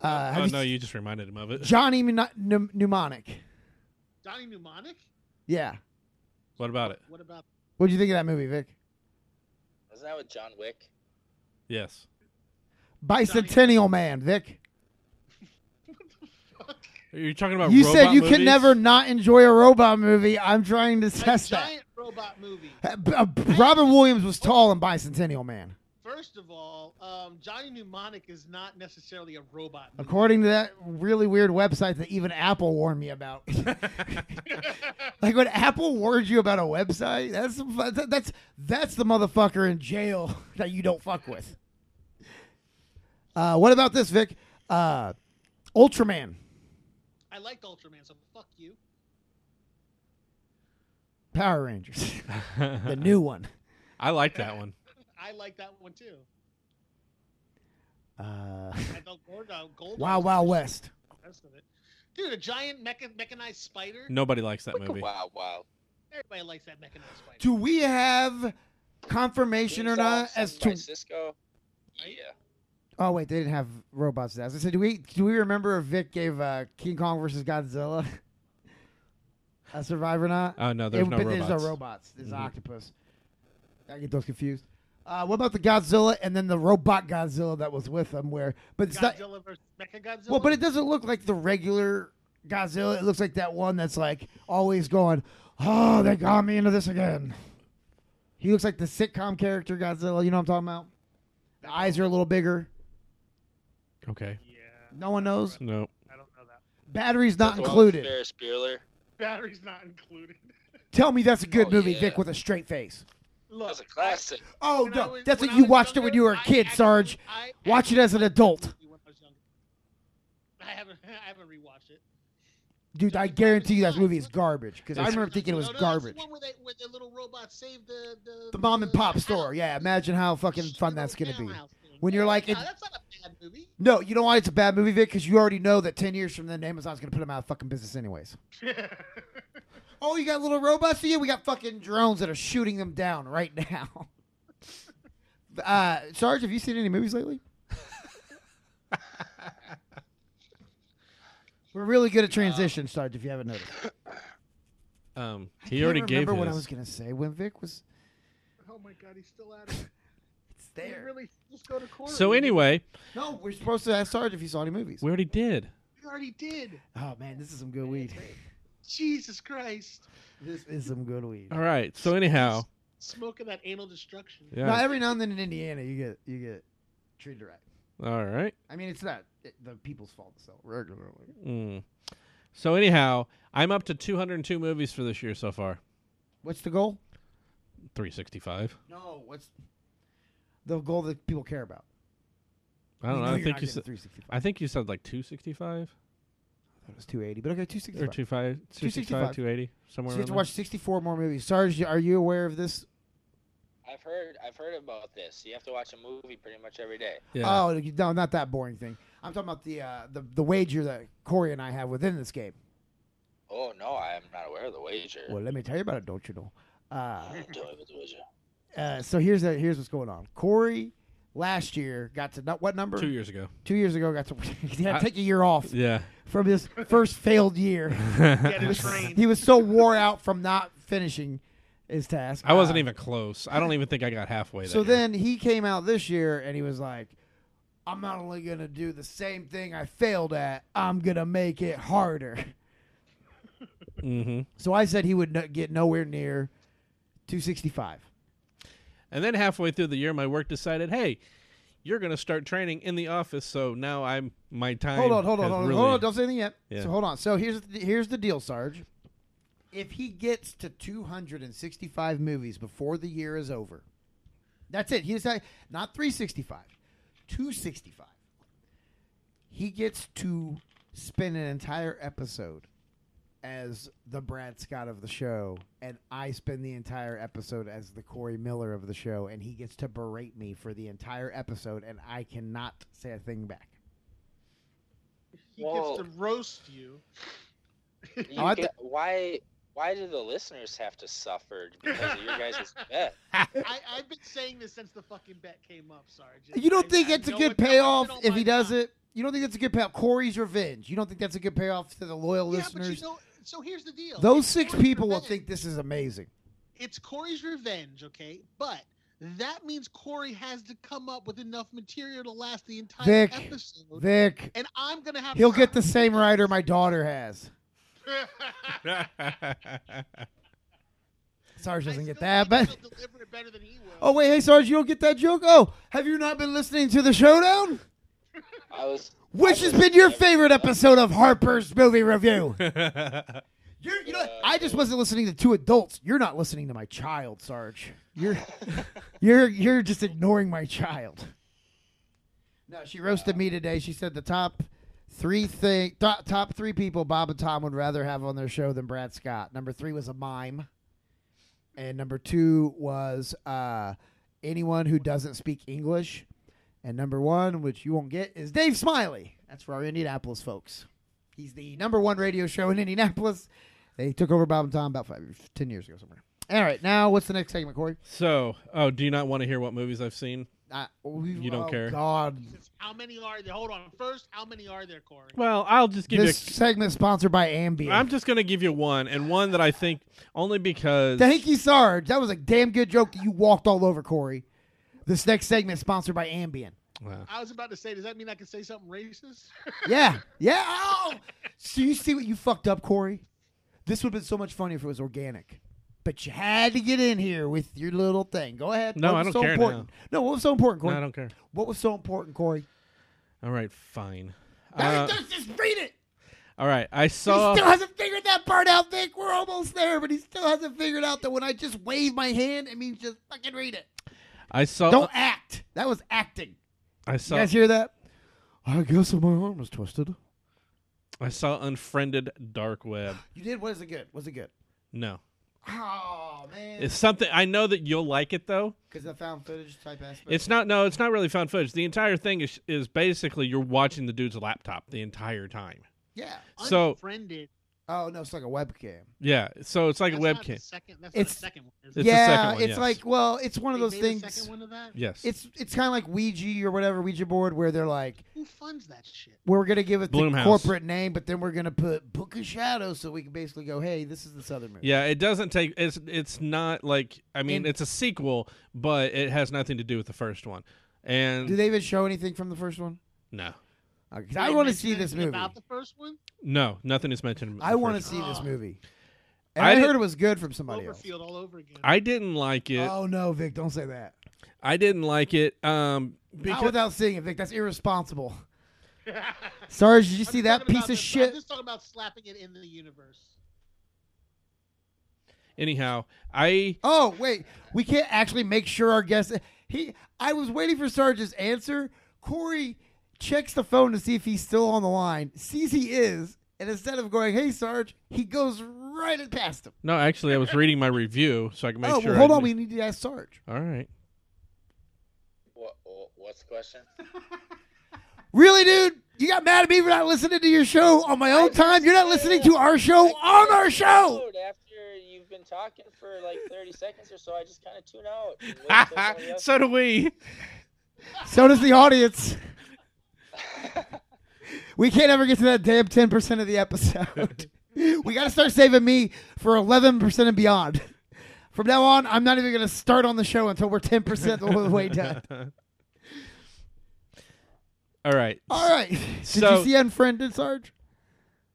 Uh, have oh you no, s- you just reminded him of it. Johnny Mne- Mnem- Mnemonic. Donnie Mnemonic? Yeah. What about it? What about? What do you think of that movie, Vic? Isn't that with John Wick? Yes. Bicentennial Man, Vic. You're talking about. you robot said you movies? *laughs* can never not enjoy a robot movie. I'm trying to A test that. giant robot robot movie. Uh, b- uh, Robin Williams was tall in Bicentennial Man. First of all, um, Johnny Mnemonic is not necessarily a robot. Movie. According to that really weird website that even Apple warned me about. *laughs* like when Apple warns you about a website, that's the fu- that- that's that's the motherfucker in jail *laughs* that you don't fuck with. Uh, what about this, Vic? Uh, Ultraman. I liked Ultraman, so fuck you. Power Rangers. *laughs* the new one. I like that one. I like that one too. Uh, I thought Gordo, Gold Wild Wild West. Rest of it. Dude, a giant mecha- mechanized spider. Nobody likes that movie. Wow, wow. Everybody likes that mechanized spider. Do we have confirmation or Things all not as sung by to? Cisco? Yeah. Oh wait, they didn't have robots. As I said, do we do we remember if Vic gave uh, King Kong versus Godzilla *laughs* a survivor or not? Oh no, there's It- no but robots. Mm-hmm. There's no robots. There's octopus. I get those confused. Uh, what about the Godzilla and then the robot Godzilla that was with him? Where, but it's not. Godzilla versus Mecha Godzilla. Well, but it doesn't look like the regular Godzilla. It looks like that one that's like always going, "Oh, they got me into this again." He looks like the sitcom character Godzilla. You know what I'm talking about? The eyes are a little bigger. Okay. No one knows. No. I don't know that. Batteries not The one with included. Ferris Bueller. Battery's not included. *laughs* Tell me that's a good Oh, movie, yeah. Vic, with a straight face. Look, That's a classic. Oh when I no, was- that's when what I you was watched it when younger, you were a I kid, actually- Sarge. I Watch it actually as an liked adult. that movie when I was younger. I haven't. *laughs* I haven't rewatched it. Dude, I guarantee you that movie is garbage because I remember thinking it was No, no, garbage. That's the one where, they, where the little robots save the the, The mom and pop house. store. Yeah, imagine how fucking Shit, fun the that's little gonna be. townhouse thing. When you're like, yeah, it- that's not a bad movie. No, you know why it's a bad movie, Vic? Because you already know that ten years from then, Amazon's gonna put them out of fucking business anyways. oh, you got little robots? Yeah, we got fucking drones that are shooting them down right now. *laughs* uh, Sarge, have you seen any movies lately? We're really good at transition, Sarge. If you haven't noticed, Um, I he can't already gave remember his. what I was gonna say when Vic was. Oh my god, he's still at it. It's He there. really just go to court. so anyway, No, we're supposed to ask Sarge if he saw any movies. we already did. we already did. Oh man, this is some good weed. Jesus Christ, This is some good weed. All right. So anyhow, smoking that anal destruction. yeah. Now every now and then in Indiana, you get you get treated right. All right. I mean, it's not it, the people's fault so regularly. Mm. So anyhow, I'm up to 202 movies for this year so far. What's the goal? 365. No, what's the goal that people care about? I don't We know. I you're think not you getting said. 365. I think you said like 265 I thought it was 280, but okay, or 265. 25, 265, 265. 280 somewhere. So you have to around watch 64 more movies. Sarge, are you aware of this? I've heard I've heard about this. You have to watch a movie pretty much every day. there. Yeah. Oh no, not that boring thing. I'm talking about the uh, the the wager that Corey and I have within this game. Oh no, I am not aware of the wager. *laughs* Well, let me tell you about it. Don't you know? Uh, I'm doing with the wager. uh, so here's the, here's what's going on. Corey last year got to not what number? Two years ago. Two years ago got to *laughs* he had I- to take a year off Yeah. from his first failed year. *laughs* Get a *laughs* train. he was so wore out from not finishing his task. I wasn't Uh, even close. I don't even think I got halfway. So that year. then he came out this year and he was like, "I'm not only gonna do the same thing I failed at. I'm gonna make it harder." *laughs* Mhm. So I said he would no- get nowhere near 265. And then halfway through the year, my work decided, hey, you're going to start training in the office. So now I'm my time. Hold on, hold on, has hold on, really- hold on. Don't say anything yet. Yeah. So hold on. So here's the, here's the deal, Sarge. If he gets to 265 movies before the year is over, that's it. He decided not 365, 265. He gets to spend an entire episode as the Brad Scott of the show, and I spend the entire episode as the Corey Miller of the show, and he gets to berate me for the entire episode, and I cannot say a thing *laughs* back. *laughs* He Whoa. gets to roast you. You Oh, *laughs* I get- why why do the listeners have to suffer because of your *laughs* guys' bet? I, I've been saying this since the fucking bet came up, Sarge. You don't I- think I it's a know good it- I know payoff it on if my he does mind. it? You don't think that's a good payoff? Corey's revenge. You don't think that's a good payoff to the loyal Yeah, but listeners? you know, so here's the deal. Those It's six Corey's people will revenge. think this is amazing. it's Corey's revenge, okay? But that means Corey has to come up with enough material to last the entire Vic, episode. Vic, and I'm gonna have. he'll get the *laughs* same writer my daughter has. Sarge doesn't I get feel that, like but he'll deliver it better than he will. oh wait, hey Sarge, you don't get that joke. Oh, have you not been listening to the showdown? I was. Which has been your favorite episode of Harper's Movie Review? You're, you know, what? I just wasn't listening to two adults. You're not listening to my child, Sarge. You're, you're, you're just ignoring my child. No, she roasted me today. She said the top three thing, top, top three people Bob and Tom would rather have on their show than Brad Scott. Number three was a mime, and number two was uh, anyone who doesn't speak English, and number one, which you won't get, is Dave Smiley. That's for our Indianapolis folks. He's the number one radio show in Indianapolis. They took over Bob and Tom about five, ten years ago somewhere. All right, now what's the next segment, Corey? So, oh, do you not want to hear what movies I've seen? Uh, we, You don't oh, care. God, Says, How many are there? Hold on. First, how many are there, Corey? Well, I'll just give this segment sponsored by Ambien. you. I'm just gonna give you one, and one that I think only because. Thank you, Sarge. That was a damn good joke that you walked all over, Corey. This next segment is sponsored by Ambien. I was about to say, does that mean I can say something racist? Yeah. Yeah. Oh. So you see what you fucked up, Corey? This would have been so much funnier if it was organic. But you had to get in here with your little thing. Go ahead. No, What I was don't so care important? No, what was so important, No, Corey? I don't care. What was so important, Corey? All right, fine. I Uh, mean, just- just read it. all right, I He saw. still hasn't figured that part out, Vic. We're almost there, but he still hasn't figured out that when I just wave my hand, it means just fucking read it. I saw. Don't act. That was acting. I You saw. guys hear that? I guess my arm was twisted. I saw Unfriended Dark Web. You did. Was it good? Was it good? No, Oh man. it's something I know that you'll like it though. Because I found footage type aspect. It's not. No, it's not really found footage. The entire thing is is basically you're watching the dude's laptop the entire time. yeah. So Unfriended. Oh no, it's like a webcam. yeah, so it's like That's a not the webcam. Second, that's not It's- the second one. is It's it? the yeah, second one, it's yes. like well, it's one of They those made a things. Second one of that? Yes, It's it's kind of like Ouija or whatever Ouija board, where they're like, Who funds that shit? we're gonna give it the Bloomhouse. corporate name, but then we're gonna put Book of Shadows, so we can basically go, hey, this is the Southern movie. Yeah, it doesn't take. It's it's not like I mean, And- it's a sequel, but it has nothing to do with the first one. And Do they even show anything from the first one? no, Uh, 'cause Did I they want to mention see this anything movie. About the first one, no, nothing is mentioned. in the I want to first see one. this Ah. movie. And I I, didn't- heard it was good from somebody else. Cloverfield all over again. *laughs* I didn't like it. Oh no, Vic, don't say that. I didn't like it. Um, Not because without seeing it, Vic. That's irresponsible. Sarge, did you I'm see that just talking about piece of the- shit? I'm just talking about slapping it in the universe. *laughs* anyhow, I Oh wait, we can't actually make sure our guest. He, I was waiting for Sarge's answer. Corey checks the phone to see if he's still on the line. Sees he is, and instead of going, "Hey Sarge," he goes right at past him. no, actually, I was reading my review so I can make oh, sure. well, hold I on, we didn't- need to ask Sarge. All right. What, what- what's the question? Really, dude? You got mad at me for not listening to your show on my own time? You're not listening to our show on our show. After you've been talking for like 30 seconds or so, I just kind of tune *laughs* *laughs* out. so do we. So does the audience. *laughs* We can't ever get to that damn ten percent of the episode. *laughs* we got to start saving me for eleven percent and beyond. From now on, I'm not even going to start on the show until we're ten percent of the way done. All right. All right. Did So- you see Unfriended, Sarge?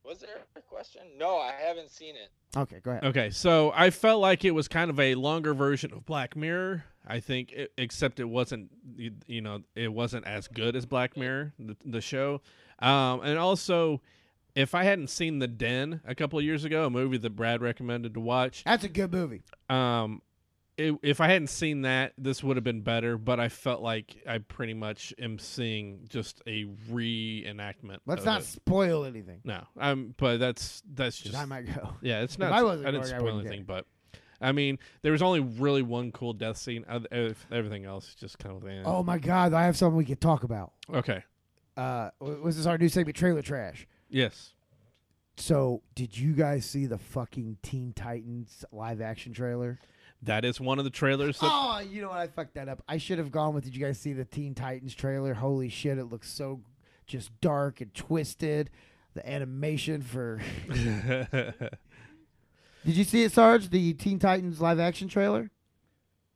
was there a question? No, I haven't seen it. Okay, go ahead. Okay, so I felt like it was kind of a longer version of Black Mirror. I think, e- except it wasn't, you, you know, it wasn't as good as Black Mirror, the, the show. Um, and also, if I hadn't seen The Den a couple of years ago, a movie that Brad recommended to watch, That's a good movie. um, i if I hadn't seen that, this would have been better. But I felt like I pretty much am seeing just a reenactment. Let's of not it. spoil anything. No, um, but that's that's just. I might go. Yeah, it's not. I I, wasn't didn't going, I spoil wouldn't anything, but I mean, there was only really one cool death scene. Oth- ev- Everything else just kind of. Eh. Oh my God, I have something we could talk about. Okay. Uh, w- was this our new segment, Trailer Trash? Yes. So, did you guys see the fucking Teen Titans live action trailer? That is one of the trailers. That, oh, you know what? I fucked that up. I should have gone with. Did you guys see the Teen Titans trailer? Holy shit! It looks so just dark and twisted. The animation for. *laughs* Ah! Did you see it, Sarge? The Teen Titans live action trailer.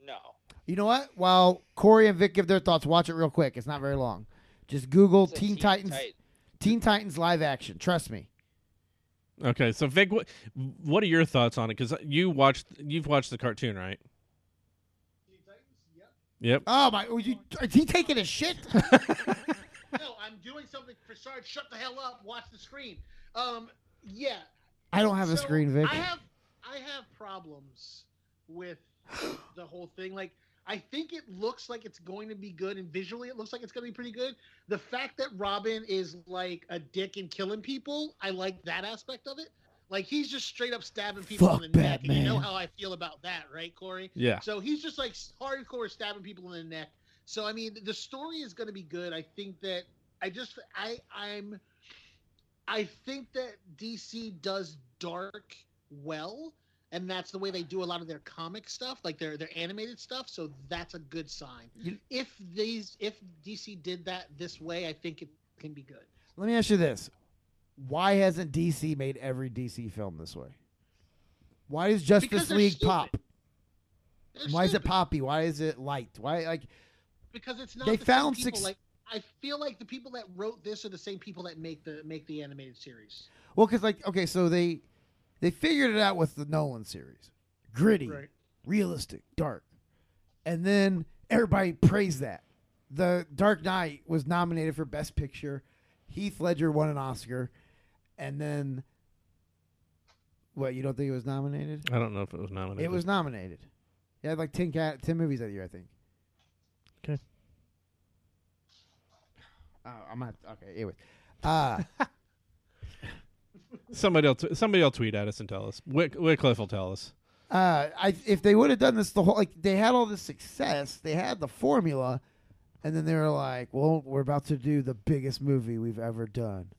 No. You know what? While Corey and Vic give their thoughts, watch it real quick. It's not very long. Just Google It's a Teen, Titans. Titan. Teen Titans live action. Trust me. *laughs* Okay, so Vic, what, what are your thoughts on it? Because you watched, you've watched the cartoon, right? Yep. Oh my! oh, you- Is he taking a *laughs* shit? no, I'm doing something for Sarge. Shut the hell up. Watch the screen. Um, yeah. I don't have a So, screen, Vic. I have I have problems *gasps* with the whole thing. Like I think it looks like it's going to be good, and visually it looks like it's going to be pretty good. The fact that Robin is like a dick and killing people, I like that aspect of it. Like he's just straight up stabbing people Fuck in the neck. And you know Batman. how I feel about that, right, Corey? Yeah. So he's just like hardcore stabbing people in the neck. So I mean, the story is going to be good. I think that I just I I'm I think that DC does dark well, and that's the way they do a lot of their comic stuff, like their their animated stuff. So that's a good sign. You- If these if DC did that this way, I think it can be good. Let me ask you this: Why hasn't DC made every DC film this way? Why does Justice Because they're League stupid. pop? They're Why is it stupid. poppy? Why is it light? Why like because it's not They the found same people. suc- like I feel like the people that wrote this are the same people that make the make the animated series. well cuz like okay, so they they figured it out with the Nolan series. Gritty, Right. realistic, dark. And then everybody praised that. The Dark Knight was nominated for best picture. Heath Ledger won an Oscar. And then what, you don't think it was nominated? I don't know if it was nominated. It was nominated. It had like 10, ca- 10 movies that year, I think. 'Kay. Oh, I'm not okay. Anyway, uh, somebody else. Somebody will tweet at us and tell us. Wick, Wycliffe will tell us. uh, I if they would have done this the whole like they had all this success, they had the formula, and then they were like, "Well, we're about to do the biggest movie we've ever done.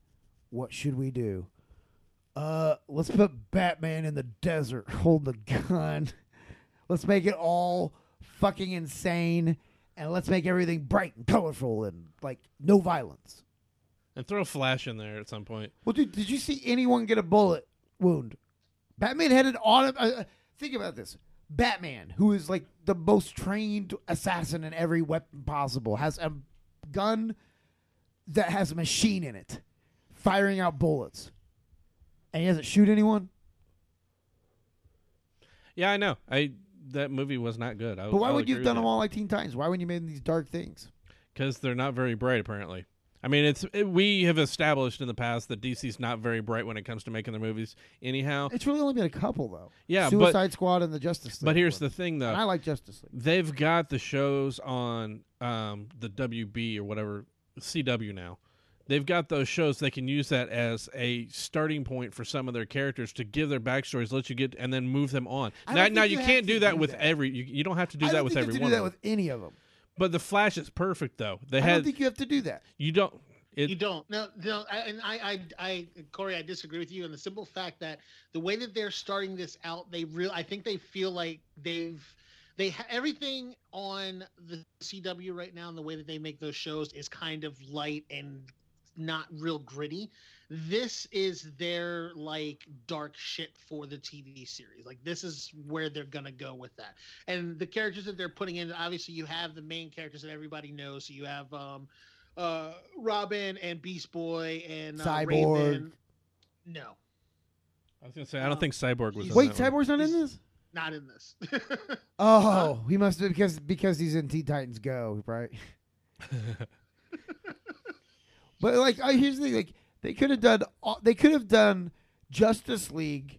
What should we do? Uh, let's put Batman in the desert, *laughs* hold the gun. Let's make it all fucking insane, and let's make everything bright and colorful and like no violence." And throw Flash in there at some point. Well, dude, did you see anyone get a bullet wound? Batman had an auto. Uh, uh, think about this. Batman, who is like the most trained assassin in every weapon possible, has a gun that has a machine in it, firing out bullets, and he doesn't shoot anyone. Yeah, I know. I that movie was not good. I, But why would you have done them all like Teen Titans? Why wouldn't you made these dark things? Because they're not very bright, apparently. I mean, it's it, we have established in the past that DC's not very bright when it comes to making their movies. Anyhow, It's really only been a couple though. Yeah, but- Suicide Squad and the Justice League. but here's one. the thing, though. and I like Justice League. they've got the shows on um, the WB or whatever CW now. They've got those shows. They can use that as a starting point for some of their characters to give their backstories, let you get, and then move them on. I Now, don't now think you you can't have do to that do with that. every. You, you don't have to do I that don't with think every you have one. to do of that with them. any of them. But the Flash is perfect, though. They I had don't think you have to do that. you don't. It, you don't. No, no. I, and I, I, I, Corey, I disagree with you. And the simple fact that the way that they're starting this out, they real, I think they feel like they've, they ha- everything on the CW right now, and the way that they make those shows is kind of light and not real gritty. This is their like dark shit for the TV series. Like this is where they're gonna go with that. And the characters that they're putting in, obviously, you have the main characters that everybody knows. So you have um, uh, Robin and Beast Boy and uh, Cyborg. Raven. No, I was gonna say I don't think Cyborg was. in Wait, that one. Cyborg's not in this. not in this. *laughs* Oh, he must have because because he's in Teen Titans Go, right? but like, I here's the thing: like, they could have done all- they could have done Justice League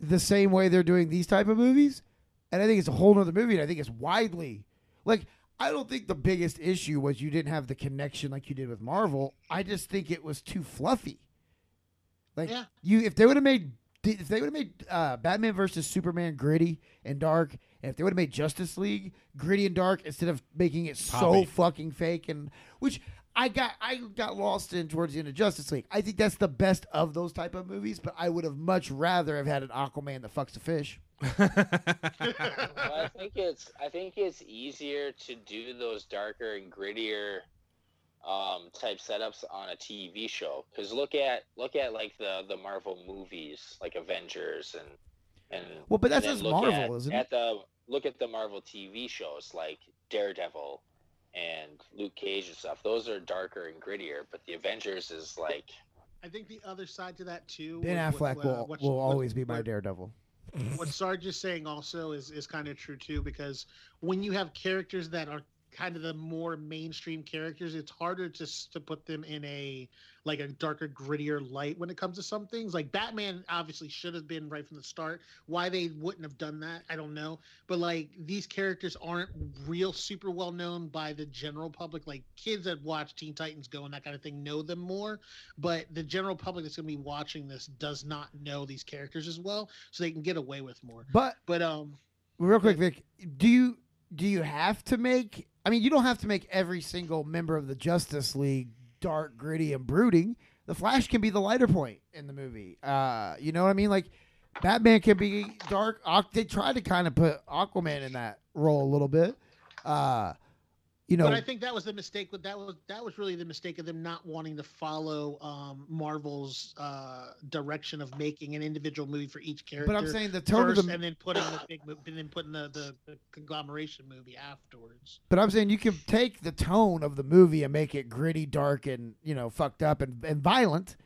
the same way they're doing these type of movies, and I think it's a whole nother movie, and I think it's widely like. I don't think the biggest issue was you didn't have the connection like you did with Marvel. I just think it was too fluffy. Like Yeah. you, if they would have made, if they would have made uh, Batman versus Superman gritty and dark, and if they would have made Justice League gritty and dark instead of making it so Poppy. fucking fake and which I got, I got lost in towards the end of Justice League. I think that's the best of those type of movies, but I would have much rather have had an Aquaman that fucks a fish. Well, I think it's I think it's easier to do those darker and grittier um, type setups on a TV show because look at look at like the the Marvel movies like Avengers and and Well, but that's and then just look Marvel, at, isn't at it? the look at the Marvel TV shows like Daredevil and Luke Cage and stuff. Those are darker and grittier, but the Avengers is like I think the other side to that too. Ben was what- Affleck uh, will what- will what- always be my what- daredevil. what Sarge is saying also is is kind of true too because when you have characters that are kind of the more mainstream characters, it's harder to s- to put them in a like a darker, grittier light when it comes to some things. Like Batman obviously should have been right from the start. Why they wouldn't have done that, I don't know. But like these characters aren't real super well known by the general public. Like kids that watch Teen Titans Go and that kind of thing know them more. But the general public that's gonna be watching this does not know these characters as well. So they can get away with more. But But um real quick, Vic, do you do you have to make? I mean, you don't have to make every single member of the Justice League dark, gritty, and brooding. The Flash can be the lighter point in the movie. Uh, you know what I mean? Like Batman can be dark. Aqu- They tried to kind of put Aquaman in that role a little bit. Uh, you know, But I think that was the mistake. With that was that was really the mistake of them not wanting to follow um, Marvel's uh, direction of making an individual movie for each character. but I'm saying the tone first, of the and then putting the big, mo- and then putting the, the, the conglomeration movie afterwards. But I'm saying you can take the tone of the movie and make it gritty, dark, and you know, fucked up and, and violent,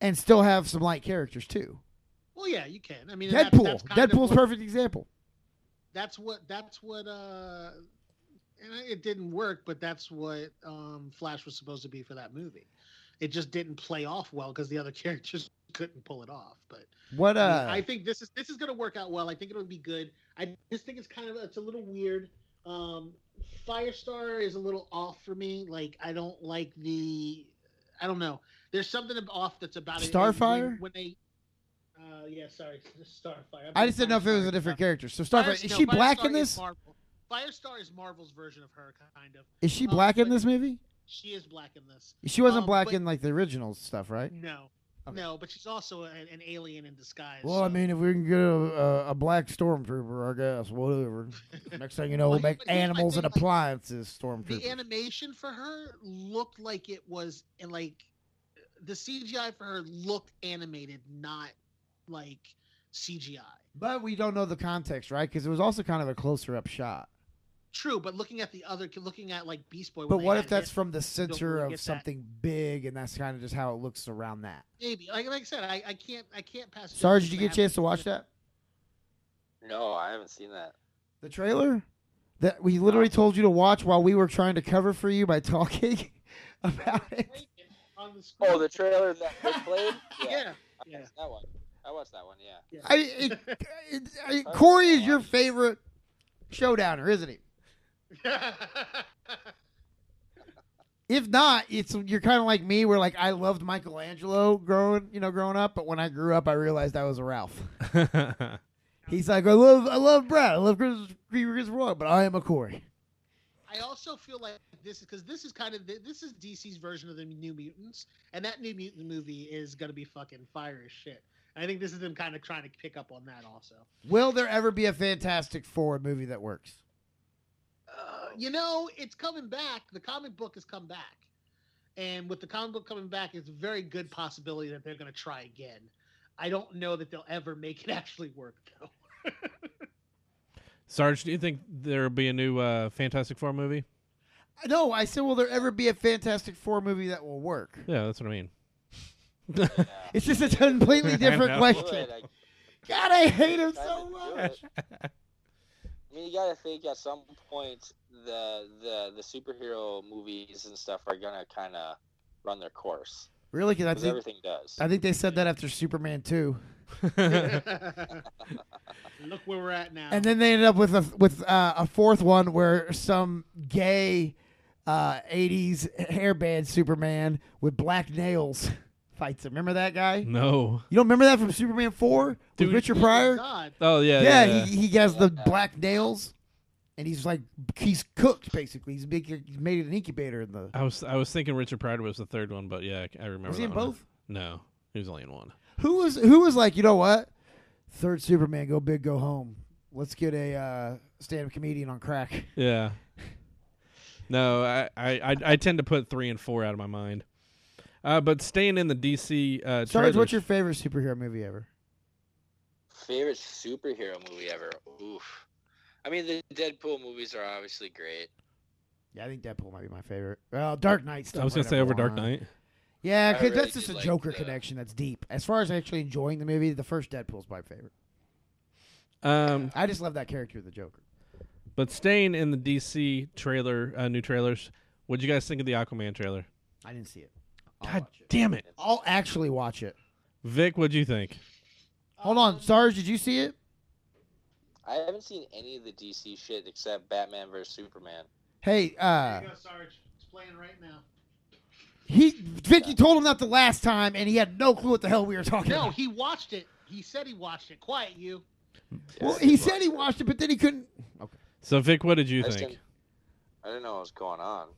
and still have some light characters too. Well, yeah, you can. I mean, and Deadpool. That's, that's kind of Deadpool's what- perfect example. That's what. That's what. Uh, and I- it didn't work, but that's what um, Flash was supposed to be for that movie. It just didn't play off well because the other *laughs* characters couldn't pull it off. But What I mean, uh? I think this is this is gonna work out well. I think it'll be good. I just think it's kind of it's a little weird. Um, Firestar is a little off for me. Like I don't like the, I don't know. There's something ab- off that's about it. And Starfire? when, when they. Uh, yeah, sorry, it's just Starfire. I just didn't know if it was a different character. So Starfire, is she black in this? Firestar is Marvel's version of her, kind of. Is she um, black in but- this movie? She is black in this. She wasn't um, black but- in like the original stuff, right? No, Okay. no, but she's also a- an, alien in disguise. Well, I so- mean, if we can get a, a, a black stormtrooper, I guess *laughs* whatever. Next thing you know, we'll Well, make but here's my animals thing, and like, appliances stormtroopers. the animation for her looked like it was and like the CGI for her looked animated, not like CGI. but we don't know the context, right? Because it was also kind of a closer up shot. True, but looking at the other, looking at like Beast Boy. when But they what had if that's him, from the don't center really of get that. something big, and that's kind of just how it looks around that? maybe? Like, like I said, I, I can't I can't pass. judgment Sarge, did you on get a having- chance to watch that? No, I haven't seen that. The trailer that we literally told you to watch while we were trying to cover for you by talking *laughs* about *laughs* it. on the screen? Oh, the trailer that they played. *laughs* Yeah, yeah. I yeah. watched that one. I watched that one. Yeah. I, it, it, I, Corey is your favorite showdowner, isn't he? *laughs* If not, it's you're kind of like me, where like I loved Michelangelo growing, you know, growing up, but when I grew up, I realized I was a Ralph. He's like, I love, I love Brad, I love Chris, Chris Roy, but I am a Corey. I also feel like this is because this is kind of the, this is DC's version of the New Mutants, and that New Mutant movie is gonna be fucking fire as shit. I think this is them kind of trying to pick up on that also. Will there ever be a Fantastic Four movie that works? Uh, you know, it's coming back. The comic book has come back, and with the comic book coming back, it's a very good possibility that they're gonna try again. I don't know that they'll ever make it actually work though. *laughs* *laughs* Sarge, do you think there'll be a new uh, Fantastic Four movie? No, I said, will there ever be a Fantastic Four movie that will work? Yeah, that's what I mean. *laughs* It's just a completely different *laughs* I know. question. Good, I- God, I hate him Kinda so do much. it. I mean, you gotta think at some point the the the superhero movies and stuff are gonna kind of run their course Really? Because I because think everything does. I think they said that after Superman two, Look where we're at now. and then they ended up with a with uh, a fourth one where some gay uh, '80s hairband Superman with black nails *laughs* fights him. Remember that guy? no. You don't remember that from Superman four with Mm. Dude. Richard Oh, Pryor? God, Oh yeah. yeah, Yeah. yeah. He, he has the black nails, and he's like he's cooked basically. He's big, he's made it an incubator in the. I was I was thinking Richard Pryor was the third one, but yeah, I- I remember. Was he that in one. both? No, he was only in one. Who was who was like you know what? Third Superman, go big, go home. Let's get a uh, stand-up comedian on crack. Yeah. No, I, I, I, I tend to put three and four out of my mind. Uh, but staying in the DC. Uh, Sarge, what's trailers- your favorite superhero movie ever? Favorite superhero movie ever? Oof. I mean, the Deadpool movies are obviously great. Yeah, I think Deadpool might be my favorite. Well, Dark Knight. I was gonna say over Dark Knight. Yeah, I 'cause really that's just a did like Joker the- connection that's deep. As far as actually enjoying the movie, the first Deadpool's my favorite. Um, I just love that character, of the Joker. but staying in the DC trailer, uh, new trailers. What'd you guys think of the Aquaman trailer? I didn't see it. I'll God watch it. damn it, I'll actually watch it. Vic. What'd you think? Hold on, Sarge, did you see it? I haven't seen any of the DC shit except Batman versus Superman. Hey, uh, There you go, Sarge. It's playing right now. he Vicky told him that the last time, and he had no clue what the hell we were talking No, about. he watched it. He said he watched it. Quiet you. Well, he said he watched it, but then he couldn't. Okay. So Vic, what did you I just think? didn't- I didn't know what was going on.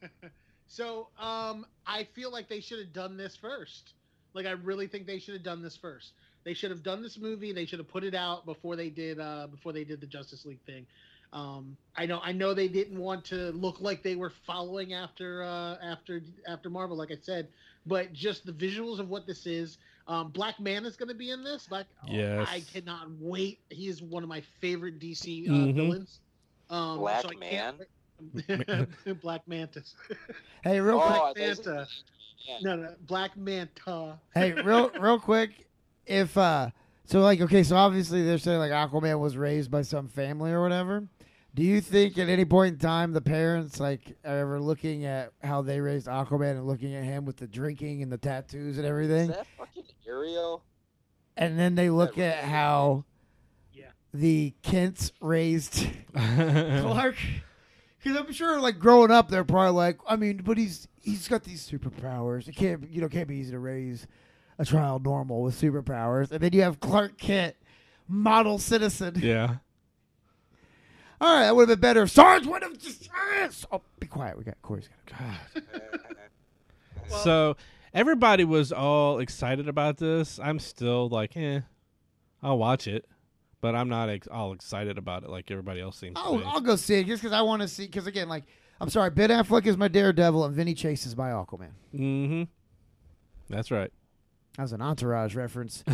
*laughs* so um I feel like they should have done this first. Like I really think they should have done this first. They should have done this movie. They should have put it out before they did uh before they did the Justice League thing. Um I know I know they didn't want to look like they were following after uh after after Marvel like I said, but just the visuals of what this is. Um Black Man is going to be in this. Like oh, Yes. I cannot wait. He is one of my favorite DC uh, Mhm. villains. Um Black so I can't Man? *laughs* Black Mantis. Hey, real Oh, quick. I thought you said Santa. Batman. No, no, Black Manta. hey, real real quick, if uh so like okay, so obviously they're saying like Aquaman was raised by some family or whatever. Do you think at any point in time the parents like are ever looking at how they raised Aquaman and looking at him with the drinking and the tattoos and Is everything? that fucking Ariel? And then they look at that really- how Yeah. the Kents raised Clark. Because I'm sure, like growing up, they're probably like, I mean, but he's he's got these superpowers. It can't, you know, can't be easy to raise a child normal with superpowers. And then you have Clark Kent, model citizen. *laughs* yeah. All right, that would have been better. if Sarge would have just. Oh, be quiet. We got Corey's got. so everybody was all excited about this. I'm still like, eh, I'll watch it, but I'm not ex- all excited about it like everybody else seems. Oh, to be. I'll go see it just because I want to see. Because again, like, I'm sorry, Ben Affleck is my Daredevil and Vinny Chase is my Aquaman. Mm-hmm. That's right. *laughs* That was an entourage reference.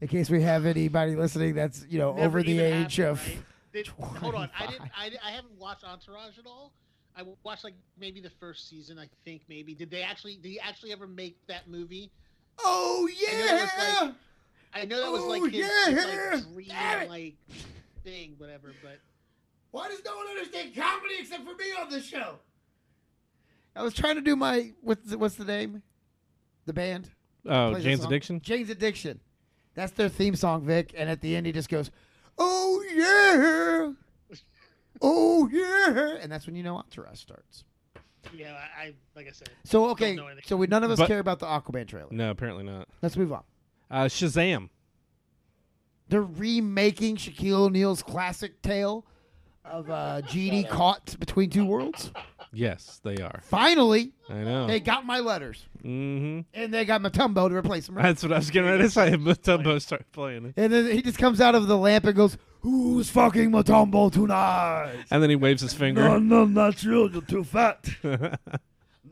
In case we have anybody listening that's, you know, *laughs* Never over the even age happened, of. right? Did- hold on, I didn't. 25. I, I haven't watched Entourage at all. I watched like maybe the first season. I think maybe did they actually did he actually ever make that movie? Oh, know it was like- I know that was Oh, like his, his, yeah, like, dream damn it. like thing, whatever. But Why does no one understand comedy except for me on this show? I was trying to do my. What's the, what's the name? The band? Oh, plays that Jane's song. Addiction. Jane's Addiction. That's their theme song, Vic. And at the end, he just goes, "Oh yeah, oh yeah," and that's when you know Entourage starts. yeah, I, I like I said, So okay, know anything. so we none of us But- care about the Aquaman trailer. No, apparently not. Let's move on. Uh, Shazam. They're remaking Shaquille O'Neal's classic tale of uh, genie caught between two worlds. Yes, they are. Finally, I know. they got my letters Mm-hmm. and they got Matumbo to replace him. Right? That's what I was getting ready to say. But Dumbo started playing, And then he just comes out of the lamp and goes, "Who's fucking Matumbo tonight?" and then he waves his finger. *laughs* no, not you. You're too fat. *laughs*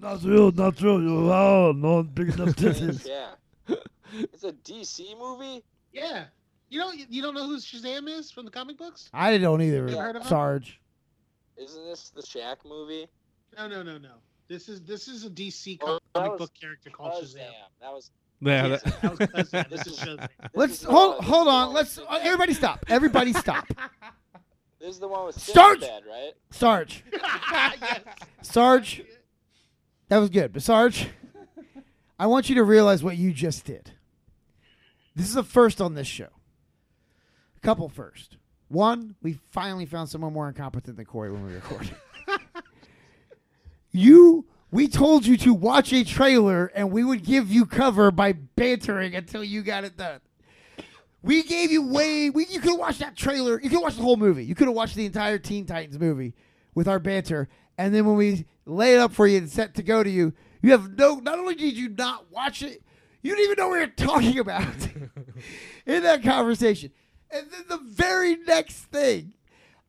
Not real, not real. You're loud, not big enough titties. yeah. It's a DC movie? yeah. You know, you don't know who Shazam is from the comic books? *laughs* I don't either, You heard of him? Sarge. Isn't this the Shaq movie? No, no, no, no. This is this is a DC Oh, comic that was book character called Shazam. Oh, That was yeah, Yes, that- That was Shazam. This is Shazam. *laughs* this Let's is the hold one- hold this is the on. one Let's with uh, Sinbad. everybody stop. Everybody stop. *laughs* This is the one with Start! Sinbad, right? Sarge, yes. Sarge, that was good. But Sarge, I want you to realize what you just did. This is a first on this show. A couple first. One, we finally found someone more incompetent than Corey when we recorded. *laughs* you, we told you to watch a trailer and we would give you cover by bantering until you got it done. We gave you way. We, you could have watched that trailer. You could have watched the whole movie. You could have watched the entire Teen Titans movie with our banter. And then when we lay it up for you and set to go to you, you have no. Not only did you not watch it, you didn't even know what we were talking *laughs* about in that conversation. And then the very next thing,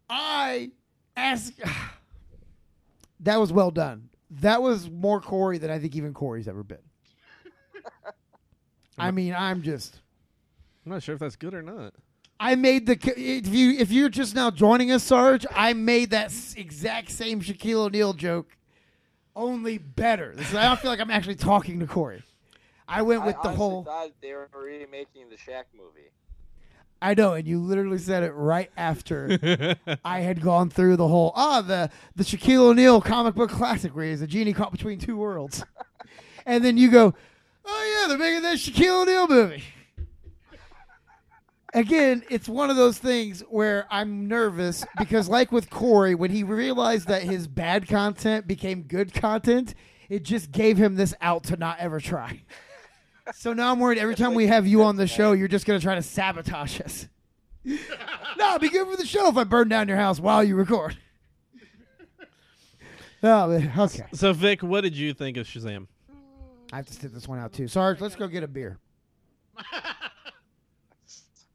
I ask. *sighs* That was well done. That was more Corey than I think even Corey's ever been. *laughs* I mean, I'm just. *laughs* I'm not sure if that's good or not. I made the if you if you're just now joining us, Sarge, I made that s- exact same Shaquille O'Neal joke only better. This is, I don't feel like I'm actually talking to Corey. I went with I the honestly whole. thought they were remaking the Shaq movie. I know, and you literally said it right after I had gone through the whole ah the the Shaquille O'Neal comic book classic where he's a genie caught between two worlds, and then you go, oh yeah, they're making that Shaquille O'Neal movie. Again, it's one of those things where I'm nervous because, like with Corey, when he realized that his bad content became good content, it just gave him this out to not ever try. So now I'm worried every time we have you on the show, you're just going to try to sabotage us. *laughs* no, it'd be good for the show if I burn down your house while you record. Oh, man, okay. So, Vic, what did you think of Shazam? I have to sit this one out too. Sarge, let's go get a beer.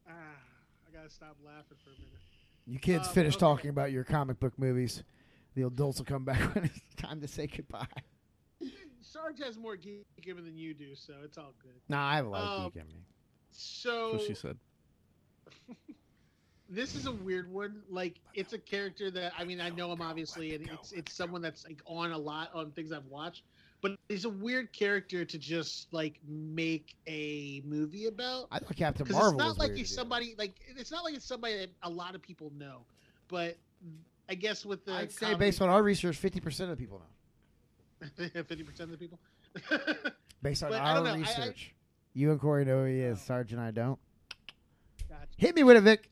Ah, I gotta stop laughing for a minute. You kids Um, finish okay. talking about your comic book movies. The adults will come back *laughs* when it's time to say goodbye. Sarge has more geek given than you do, so it's all good. Nah, I like Um, you, Jimmy. So Oh. That's what she said. this is a weird one. Like, it's a character that I mean, I know him obviously, and it's it's someone that's like on a lot on things I've watched. But he's a weird character to just like make a movie about. I thought Captain Because Marvel it's not was like weird he's to do. somebody like it's not like it's somebody that a lot of people know, but I guess with the I'd say based on our research, fifty percent of the people know. *laughs* fifty percent of the people. Based on But I our don't know, I- I- research, you and Corey know who he is. Sarge and I don't. Gotcha. Hit me with it, Vic.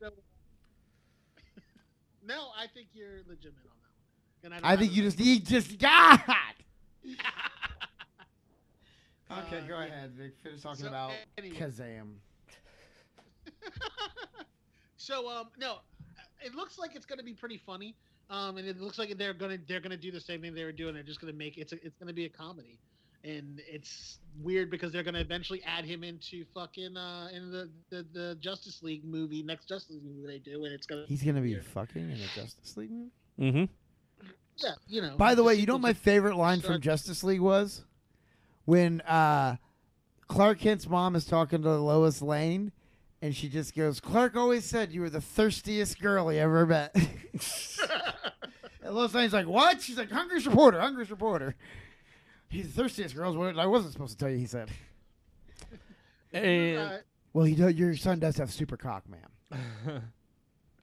No, I think you're legitimate on that one. And I think you *laughs* just he just God. Okay, go ahead, Vic. Finish talking So, about anyway. Kazam. *laughs* so um no, it looks like it's gonna be pretty funny. Um, and it looks like they're gonna they're gonna do the same thing they were doing. They're just gonna make it's a, it's gonna be a comedy, and it's weird because they're gonna eventually add him into fucking uh in the the, the Justice League movie next Justice League movie they do, and it's gonna He's gonna be Yeah. fucking in a Justice League movie. Mm-hmm. yeah you know. By like the way, you know sequel what my *laughs* to- favorite line from Start- Justice League was when uh, Clark Kent's mom is talking to Lois Lane, and she just goes, "Clark always said you were the thirstiest girl he ever met." *laughs* and Lois Lane's like, "What?" She's like, "Hungriest reporter, hungriest reporter." He's the thirstiest girl. is what I wasn't supposed to tell you. He said. And Well, you know, your son does have super cock, ma'am.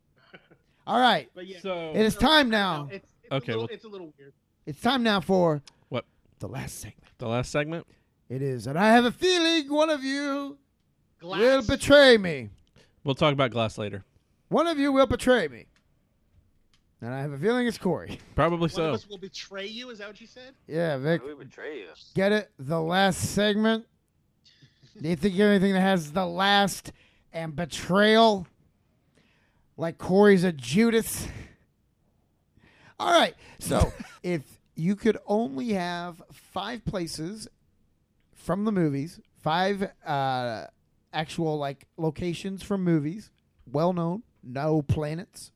*laughs* All right, but yeah, so, it is time now. no, it's, it's Okay, A little, well- it's a little weird. It's time now for what? the last segment. The last segment? It is, and I have a feeling one of you Glass. will betray me. We'll talk about Glass later. One of you will betray me, and I have a feeling it's Corey. Probably One of so. us will betray you. Is that what you said? Yeah, Vic, Who would betray you? get it. The last segment. Do you think of anything that has the last and betrayal? Like Corey's a Judas? All right. So if you could only have five places from the movies, five uh, actual like locations from movies, well known, no planets,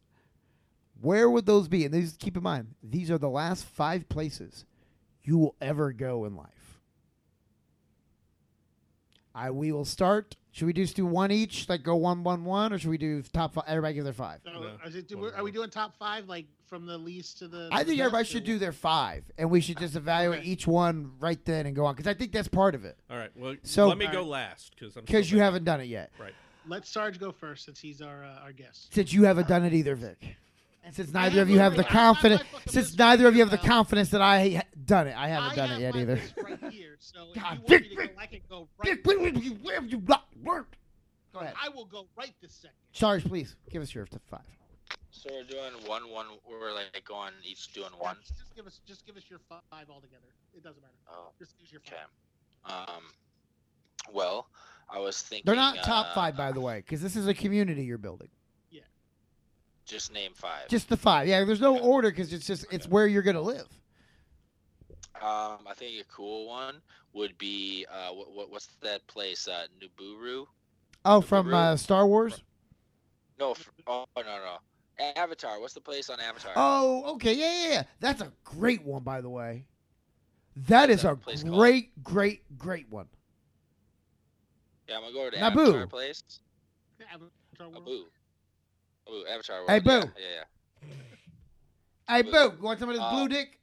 where would those be? And these keep in mind, these are the last five places you will ever go in life. I we will start. Should we just do one each, like go one, one, one, or should we do top five? Everybody give their five. So, No. is it- do we- are we doing top five, like from the least to the? I think best, everybody or should what? do their five, and we should just evaluate Okay. each one right then and go on because I think that's part of it. All right. Well, So- let me All go last because I'm Because still you back. haven't done it *laughs* yet, Right. Let Sarge go first since he's our uh, our guest. since you haven't done it either, Vic, and since neither of you have the I- I- I confidence, fucking since missed neither of you have the about- confidence that I ha- done it, I haven't I done have it yet my either. list Right here, so if God, you want me Vic, to go, Vic, I can go right. Vic, where have you- where have you not worked? Go ahead. I will go right this second. Sarge, please give us your five. So we're doing one, one. We're like going each doing one. Just give us just give us your five altogether. It doesn't matter. Oh, Just use your okay. five. Um, well, I was thinking. They're not uh, top five, by the way, because this is a community you're building. Just name five. Just the five. Yeah, there's no order because it's just it's where you're gonna live. Um, I think a cool one would be uh, what, what what's that place? Uh, Nuburu? Oh, from uh, Star Wars. No, f oh no no. A- Avatar. What's the place on Avatar? Oh, okay, yeah, yeah, yeah. That's a great one, by the way. That is that a place called? great, great, great one. yeah, I'm gonna go to Naboo. Avatar place. Avatar World. Abu. Abu Avatar World. Hey, Yeah, Boo. yeah, yeah. Hey, Blue. Boo, you want some of this Uh, blue dick?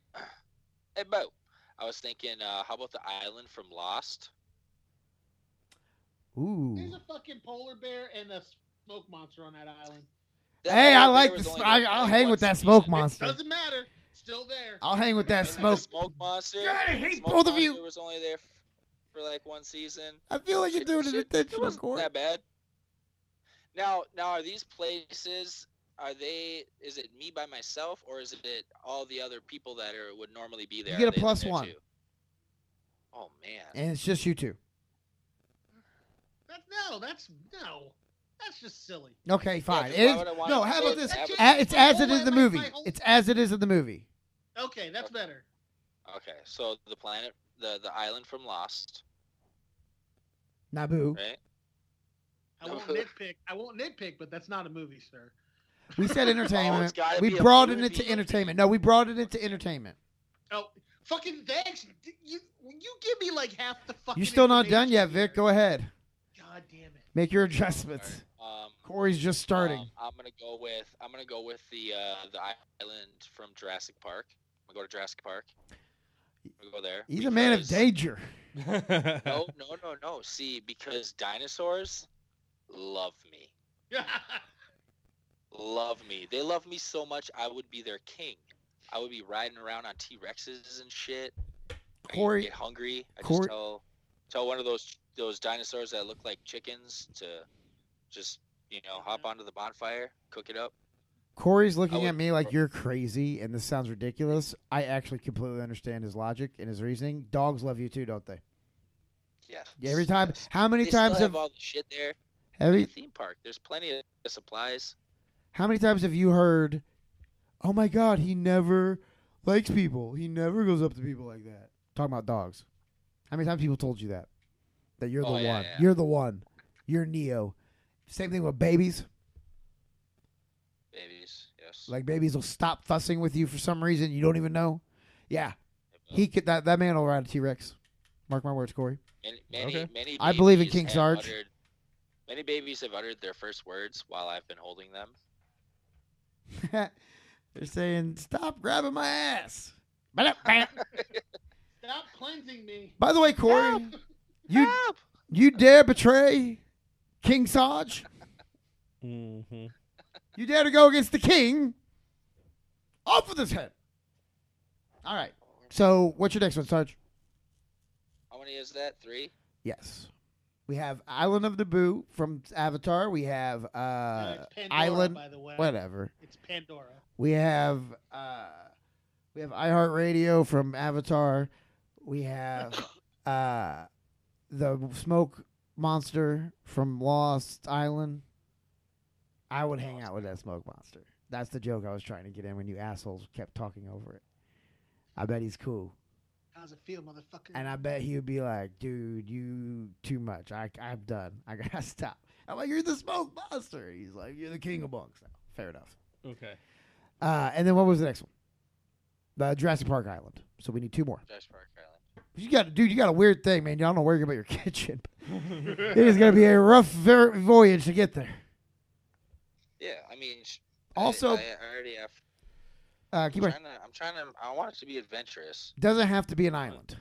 Hey Bo. I was thinking, uh, how about the island from Lost? There's Ooh. a fucking polar bear and a smoke monster on that island. That Hey, I polar bear like was this. only I, there for, I'll like, hang one with that season. smoke monster. Doesn't matter. Still there. I'll hang with that And then smoke. The smoke monster. God, I hate smoke both of you. monster was only there f- for like one season. I feel like you're Shit- doing shit- an shit intentional wasn't court. That bad. Now, now are these places? Are they? Is it me by myself, or is it all the other people that are would normally be there? You get Are a they plus there one. too? Oh man, And it's just you two. That's no. That's no. That's just silly. Okay, fine. 'cause It why is- would I wanna no, do how about that? this? That would- A- It's as it Oh, is in the my- my- movie. my whole- It's as it is in the movie. Okay, that's better. okay. So the planet, the the island from Lost, *laughs* Naboo. right? I won't nitpick. I won't nitpick, but that's not a movie, sir. We said Oh, it's entertainment. gotta we be a brought it movie. into entertainment. No, we brought it into entertainment. Oh, fucking thanks. You you give me like half the fucking. You're still not done yet, information Vic. Go ahead. here. God damn it. Make your adjustments. Um, Corey's just starting. um, I'm gonna go with I'm gonna go with the uh, the island from Jurassic Park. I'm gonna go to Jurassic Park. I'm gonna go there. He's a man of because- danger. *laughs* No, no, no, no. See, because dinosaurs love me. Love me. They love me so much. I would be their king. I would be riding around on T Rexes and shit. I Corey- get hungry. I Corey- just tell tell one of those those dinosaurs that look like chickens to just you know hop onto the bonfire, cook it up. Corey's I looking would- at me like you're crazy and this sounds ridiculous. I actually completely understand his logic and his reasoning. Dogs love you too, don't they? Yes. Yeah, Every time. yes. How many They still times have have all the shit there. every The theme park. There's plenty of supplies. How many times have you heard, "Oh my God, he never likes people. He never goes up to people like that." Talking about dogs. How many times people told you that? That you're Oh, the yeah, one. yeah. You're the one. You're Neo. Same thing with babies. Babies. Yes. Like babies will stop fussing with you for some reason you don't even know. Yeah, he could. That that man will ride a T Rex. Mark my words, Corey. *laughs* Many, many, Okay. many I believe in babies King have Sarge. uttered- many babies have uttered their first words while I've been holding them. They're saying, "Stop grabbing my ass." *laughs* Stop cleansing me. By the way, Corey, you you dare betray King Sarge? *laughs* mm-hmm. You dare to go against the king? Off with his head. All right. So, what's your next one, Sarge? How many is that? Three. Yes. We have Island of Naboo from Avatar. We have uh, No, it's Pandora, Island. by the way. Whatever. It's Pandora. We have uh, we have iHeartRadio from Avatar. We have uh, the smoke monster from Lost Island. I would hang out with that smoke monster. That's the joke I was trying to get in when you assholes kept talking over it. I bet he's cool. How's it feel, motherfucker? And I bet he would be like, dude, you too much. I, I'm done. I gotta *laughs* stop. I'm like, you're the smoke monster. He's like, you're the king of bunks. now. Fair enough. Okay. Uh, and then what was the next one? The Jurassic Park Island. So we need two more. Josh Park Island. You got, dude, you got a weird thing, man. Y'all don't worry about your *laughs* *laughs* kitchen. it is gonna be a rough ver- voyage to get there. Yeah, I mean. sh- I- Also- I, already have. Uh, I'm keep on. trying, to, I'm trying to. I want it to be adventurous. Doesn't have to be an island.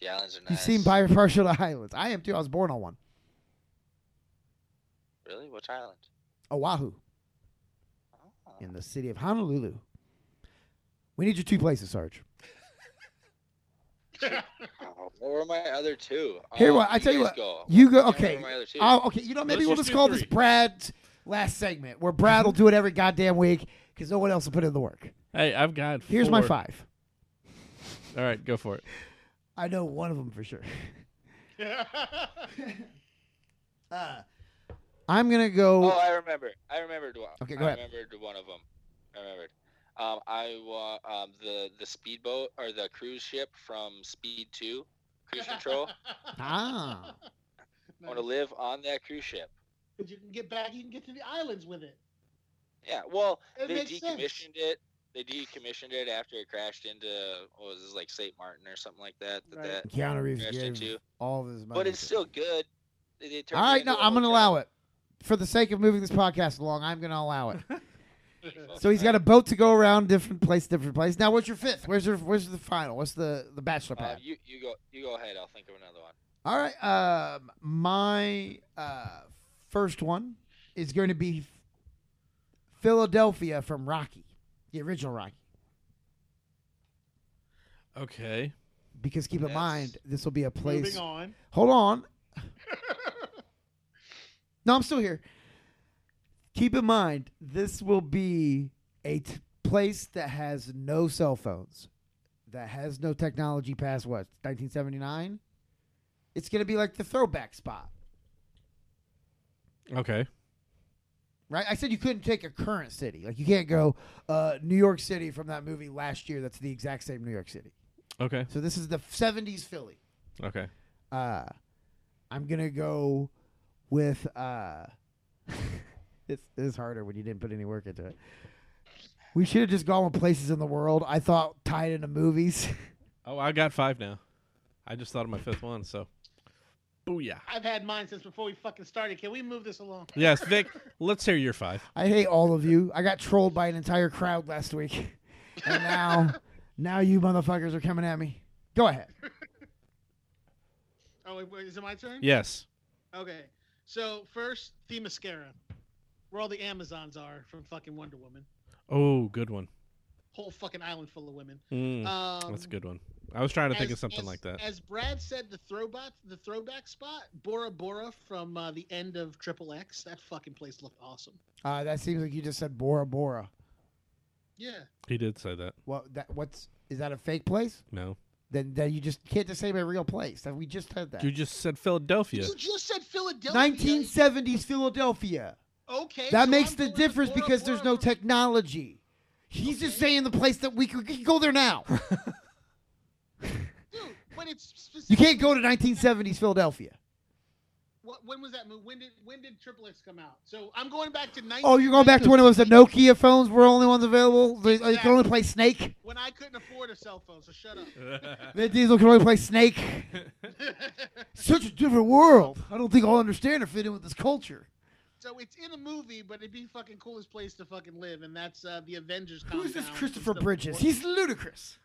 The islands are nice. You seem bi- partial to *laughs* islands. I am too. I was born on one. Really? Which island? Oahu, in the city of Honolulu. We need your two places, Sarge. Oh, what were my other two? Here, Um, what I tell you guys what, Go. you go. Yeah, what Okay, were my other two? oh, okay. You know, maybe Let's we'll just just do call three. this Brad's last segment, where Brad will do it every goddamn week because no one else will put in the work. Hey, I've got. Here's my four. five. All right, go for it. I know one of them for sure. *laughs* *laughs* Ah. uh, I'm gonna Oh, go. I remember. I remembered one. Okay, I go ahead. remembered one of them. I remembered. Um, I wa- um the the speedboat or the cruise ship from Speed Two, *laughs* Cruise Control. ah, I want to live on that cruise ship. But you can get back. You can get to the islands with it. Yeah. Well, It they makes sense. decommissioned it. They decommissioned it after it crashed into what was this like Saint Martin or something like that. that, Right. that Keanu Reeves Crashed gave into. all of his money. but it's to- still good. They, they turned all it right. into No, a I'm gonna hotel. *laughs* allow it for the sake of moving this podcast along. I'm gonna allow it. So he's got a boat to go around different place, different place. Now, what's your fifth? Where's your Where's the final? What's the the bachelor Uh, pad? you you go you go ahead. I'll think of another one. All right. Um, my uh, first one is going to be Philadelphia from Rocky, the original Rocky. Okay. Because keep in Yes. mind, this will be a place. Moving on. Hold on. no, I'm still here. Keep in mind, this will be a t- place that has no cell phones, that has no technology past what, 1979? It's going to be like the throwback spot, Okay. right? I said you couldn't take a current city. Like, you can't go uh, New York City from that movie last year that's the exact same New York City. Okay. So, this is the 70s Philly. Okay. uh I'm gonna go with uh *laughs* it's it's harder when you didn't put any work into it. We should have just gone with places in the world. I thought tied into movies. *laughs* Oh, I got five now. I just thought of my fifth one, so. Booyah. I've had mine since before we fucking started. Can we move this along? Yes, *laughs* Vic, let's hear your five. I hate all of you. I got trolled by an entire crowd last week. *laughs* And now now you motherfuckers are coming at me. Go ahead. Oh, wait, wait, is it my turn? Yes. Okay. So first, Themyscira, where all the Amazons are from fucking Wonder Woman. Oh, good one. Whole fucking island full of women. Mm, Um, that's a good one. I was trying to think as- of something as- like that. As Brad said, the throwback, the throwback spot, Bora Bora from uh, the end of Triple X. That fucking place looked awesome. Uh that seems like you just said Bora Bora. Yeah. he did say that. What that what's is that a fake place? No. Then then you just can't just say a real place. That we just had that. You just said Philadelphia. *laughs* You just said Philadelphia. 1970s Philadelphia. Okay. That so makes I'm the going with difference Bora because there's Bora no from- technology. He's just saying the place that we could, we could go there *laughs* now. Dude, but it's you specific- can't go to 1970s Philadelphia. What, when was that move? When did when did Triple X come out? So I'm going back to 19. Oh, you're going back to when it was the Nokia phones were the only ones available. They, they could only play Snake. when I couldn't afford a cell phone. So shut up. The Diesel could only play Snake. *laughs* Such a different world. I don't think I'll understand or fit in with this culture. So it's in a movie, but it'd be fucking coolest place to fucking live, and that's uh, the Avengers. Who is this compound Christopher and stuff. Bridges? He's ludicrous.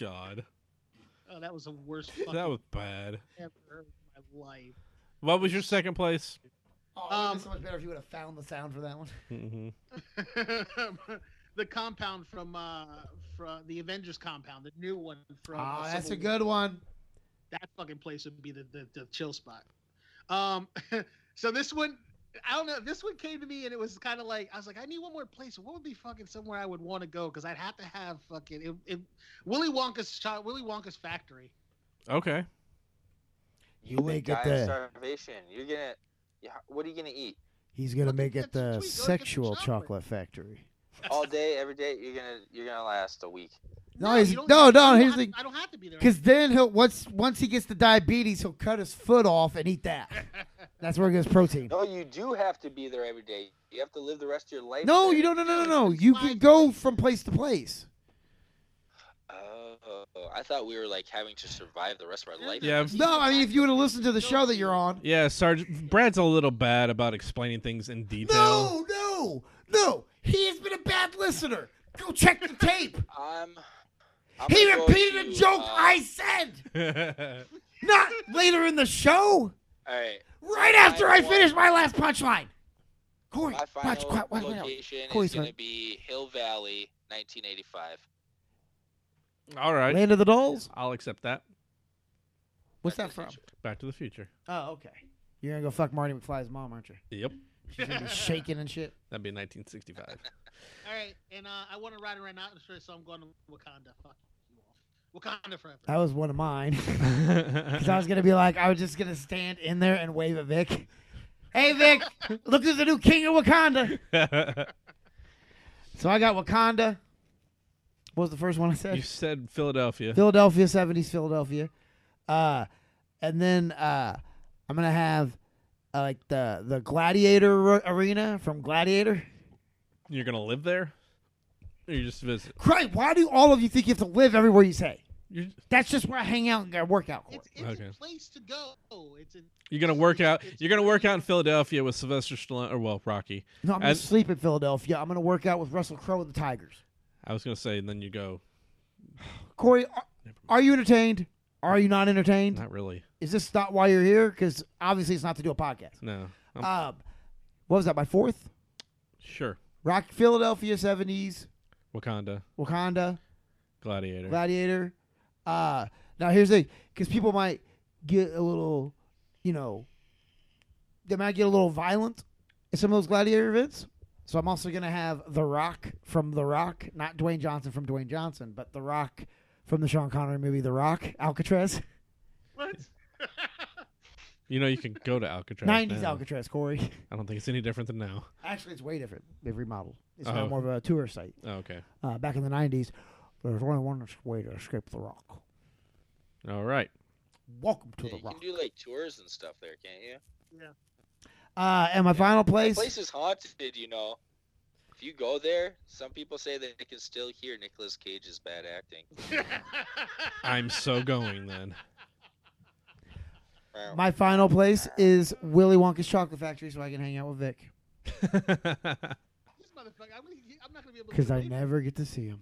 God. oh, that was the worst fucking That was bad. I've ever heard in my life. What was your second place? Oh, would've been Um, so so much better if you would have found the sound for that one. Mm-hmm. *laughs* the compound from uh from the Avengers compound, the new one from. uh, Oh, that's a Civil good one. that fucking place would be the, the, the chill spot. Um, *laughs* so this one, I don't know. This one came to me and it was kind of like I was like, I need one more place. What would be fucking somewhere I would want to go? Because I'd have to have fucking it, it, Willy Wonka's shop, Willy Wonka's factory. Okay. You'll been make it dying of there. starvation. You're gonna. you- What are you gonna eat He's gonna Look, make that's it the sweet. Go get some sexual chocolate. chocolate factory. all day, every day? You're gonna you're gonna last a week. No, he's, you no, don't- no, you don't Here's have- the I don't have to be there. Because then he'll once once he gets the diabetes, he'll cut his foot off and eat that. That's where he gets protein. No, you do have to be there every day. You have to live the rest of your life. No, there. you don't. No, no, no, no. You can go from place to place. Oh, I thought we were like having to survive the rest of our life. Yeah. No, I mean if you would have listened to the show that you're on. Yeah, Sergeant. Brad's a little bad about explaining things in No, detail. no, no. He has been a bad listener. Go check the tape. I'm. *laughs* I'm He gonna go repeated a to, joke uh, I said, No. not later in the show, All right. right after I want- finished my last punchline. Corey, My watch, final watch, watch, watch. location Corey's is going turn. to be Hill Valley, 1985. *laughs* All right. Land of the Dolls. I'll accept that. What's that from? Back to the Future. Oh, okay. You're gonna go fuck Marty McFly's mom, aren't you? Yep. She's gonna *laughs* be shaking and shit. That'd be *laughs* 1965. All right, and uh, I want to ride around out so I'm going to Wakanda. Fuck you all. Wakanda forever. That was one of *laughs* mine. 'Cause I was gonna be like, I was just gonna stand in there and wave at Vic. Hey *laughs* Vic, look who's the new king of Wakanda. So I got Wakanda. What was the first one I said? you said Philadelphia. Philadelphia, 70s Philadelphia. Uh, and then uh, I'm going to have uh, like the, the Gladiator ar- Arena from Gladiator. You're gonna live there, or you just visit? Craig, why do all of you think you have to live everywhere you say? You're, That's just where I hang out and get a workout. Court. It's, it's Okay. a place to go. It's *laughs* a, you're gonna work out. You're gonna work out in Philadelphia with Sylvester Stallone or well, Rocky. No, I'm gonna As- sleep in Philadelphia. I'm gonna work out with Russell Crowe and the Tigers. I was gonna say, and then you go. Corey, are, are you entertained? Are you not entertained? Not really. Is this not why you're here? Because obviously it's not to do a podcast. No. I'm Um, what was that? My fourth. sure. Rock Philadelphia '70s, Wakanda, Wakanda, Gladiator. Gladiator. Uh, now here's the because people might get a little, you know, they might get a little violent at some of those Gladiator events. So I'm also gonna have The Rock from The Rock, not Dwayne Johnson from Dwayne Johnson, but The Rock from the Sean Connery movie The Rock, Alcatraz, *laughs* what? you know, you can go to Alcatraz. '90s now. Alcatraz, Corey. I don't think it's any different than now. *laughs* Actually, it's way different. They've remodeled. It's now Oh. more of a tour site. Oh, okay. Uh, back in the '90s, there was only one way to escape the rock. All right. Welcome to Yeah, the you rock. can do like tours and stuff there, can't you? Uh, and my final The place, place is haunted, you know. If you go there, some people say that they can still hear Nicolas Cage's bad acting. I'm so going then. *laughs* Wow. my final place is Willy Wonka's Chocolate Factory, so I can hang out with Vic This motherfucker, I'm, gonna, I'm not going to be able to. Because get I away from- never get to see him.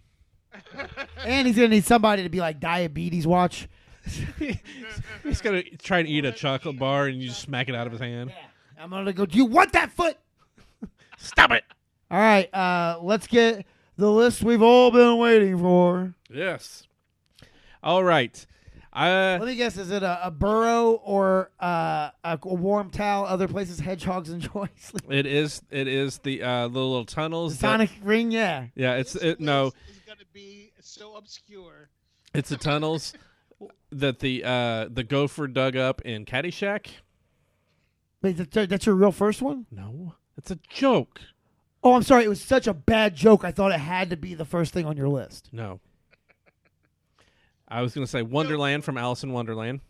*laughs* and he's gonna need somebody to be like diabetes watch. He's gonna try and eat a chocolate bar, and you just smack it out of his hand. I'm gonna go. Do you want that foot? Stop it. All right, uh, let's get the list we've all been waiting for. Yes. All right. Uh, Let me guess: is it a, a burrow or uh, a warm towel? Other places hedgehogs *laughs* enjoy sleeping. it is. It is the uh, little, little tunnels. that- Sonic ring, yeah. yeah. It's This it, no. list is going to be so obscure. It's the tunnels that the uh, the gopher dug up in Caddyshack. Wait, that- that's your real first one? No, it's a joke. Oh, I'm sorry. It was such a bad joke. I thought it had to be the first thing on your list. No. I was gonna say Wonderland from Alice in Wonderland.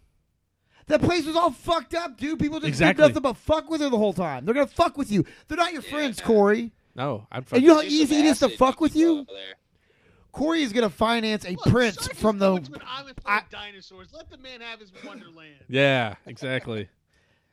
That place was all fucked up, dude. People just Exactly. did nothing but fuck with her the whole time. They're gonna fuck with you. They're not your friends, Corey. No, I'd And you know how Do some easy it is to acid fuck if with you. go there. Corey is gonna finance a Look, prince Sarge is from going the. to an island full I- of dinosaurs. Let the man have his wonderland. Yeah, exactly.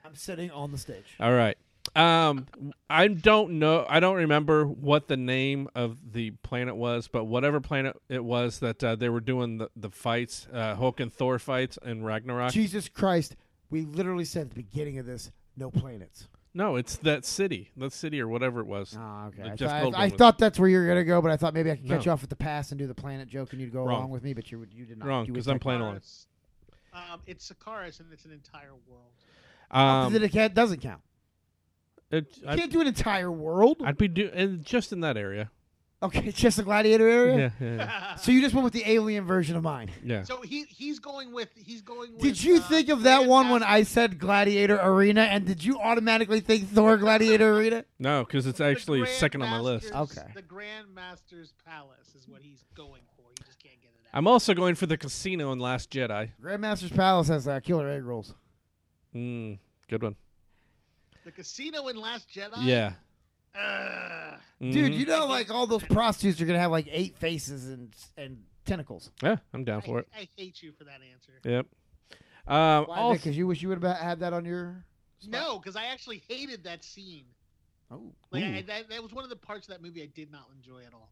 I'm sitting on the stage. All right. Um, I don't know. I don't remember what the name of the planet was, but whatever planet it was that uh, they were doing the the fights, uh, Hulk and Thor fights and Ragnarok. Jesus Christ, we literally said at the beginning of this, no planets. No, it's that city, that city or whatever it was. Oh, okay. That I Jeff thought- Goldblum Ah, I was- thought that's where you're gonna go, but I thought maybe I could catch No. you off at the pass and do the planet joke, and you'd go Wrong. along with me. But you would, you did not. wrong You would because I'm take- playing along. Sakaris. Um, it's Sakaris, and it's an entire world. Um, Then it can't- doesn't count. it, You I'd, can't do an entire world. I'd be do and just in that area. okay, *laughs* it's just the gladiator area. Yeah, yeah, *laughs* So you just went with the alien version of mine. yeah. So he he's going with he's going. With, Did you uh, think of that Grand one when Theft- I said Gladiator Arena, and did you automatically think Thor Gladiator *laughs* Arena? No, because it's the actually Grand second on my list. Master's- Okay. The Grand Master's Palace is what he's going for. You just can't get it out. I'm also going for the casino in Last Jedi. Grandmaster's Palace has uh, killer egg rolls. Mm, good one. the casino in Last Jedi. Yeah. Ugh. Dude, Mhm. you know, like all those prostitutes are gonna have like eight faces and and tentacles. yeah, I'm down I, for it. I hate you for that answer. Yep. Um, Why? also, Because you wish you would have had that on your. No, because I actually hated that scene. Oh, Like I, that, that was one of the parts of that movie I did not enjoy at all.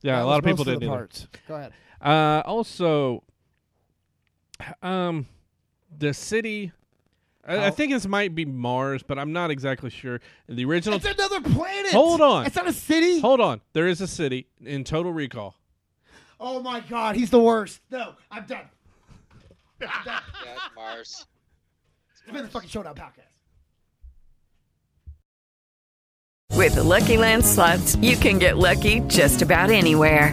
yeah, That a lot was of most people didn't. the either. parts. Go ahead. Uh, also, um, the city. I, I How- think this might be Mars, but I'm not exactly sure. The original. It's another planet. Hold on. It's not a city. Hold on, there is a city in Total Recall. oh my God, he's the worst. No, I'm done. Yeah, it's Mars. It's been the fucking showdown podcast. With the Lucky Land slots, you can get lucky just about anywhere.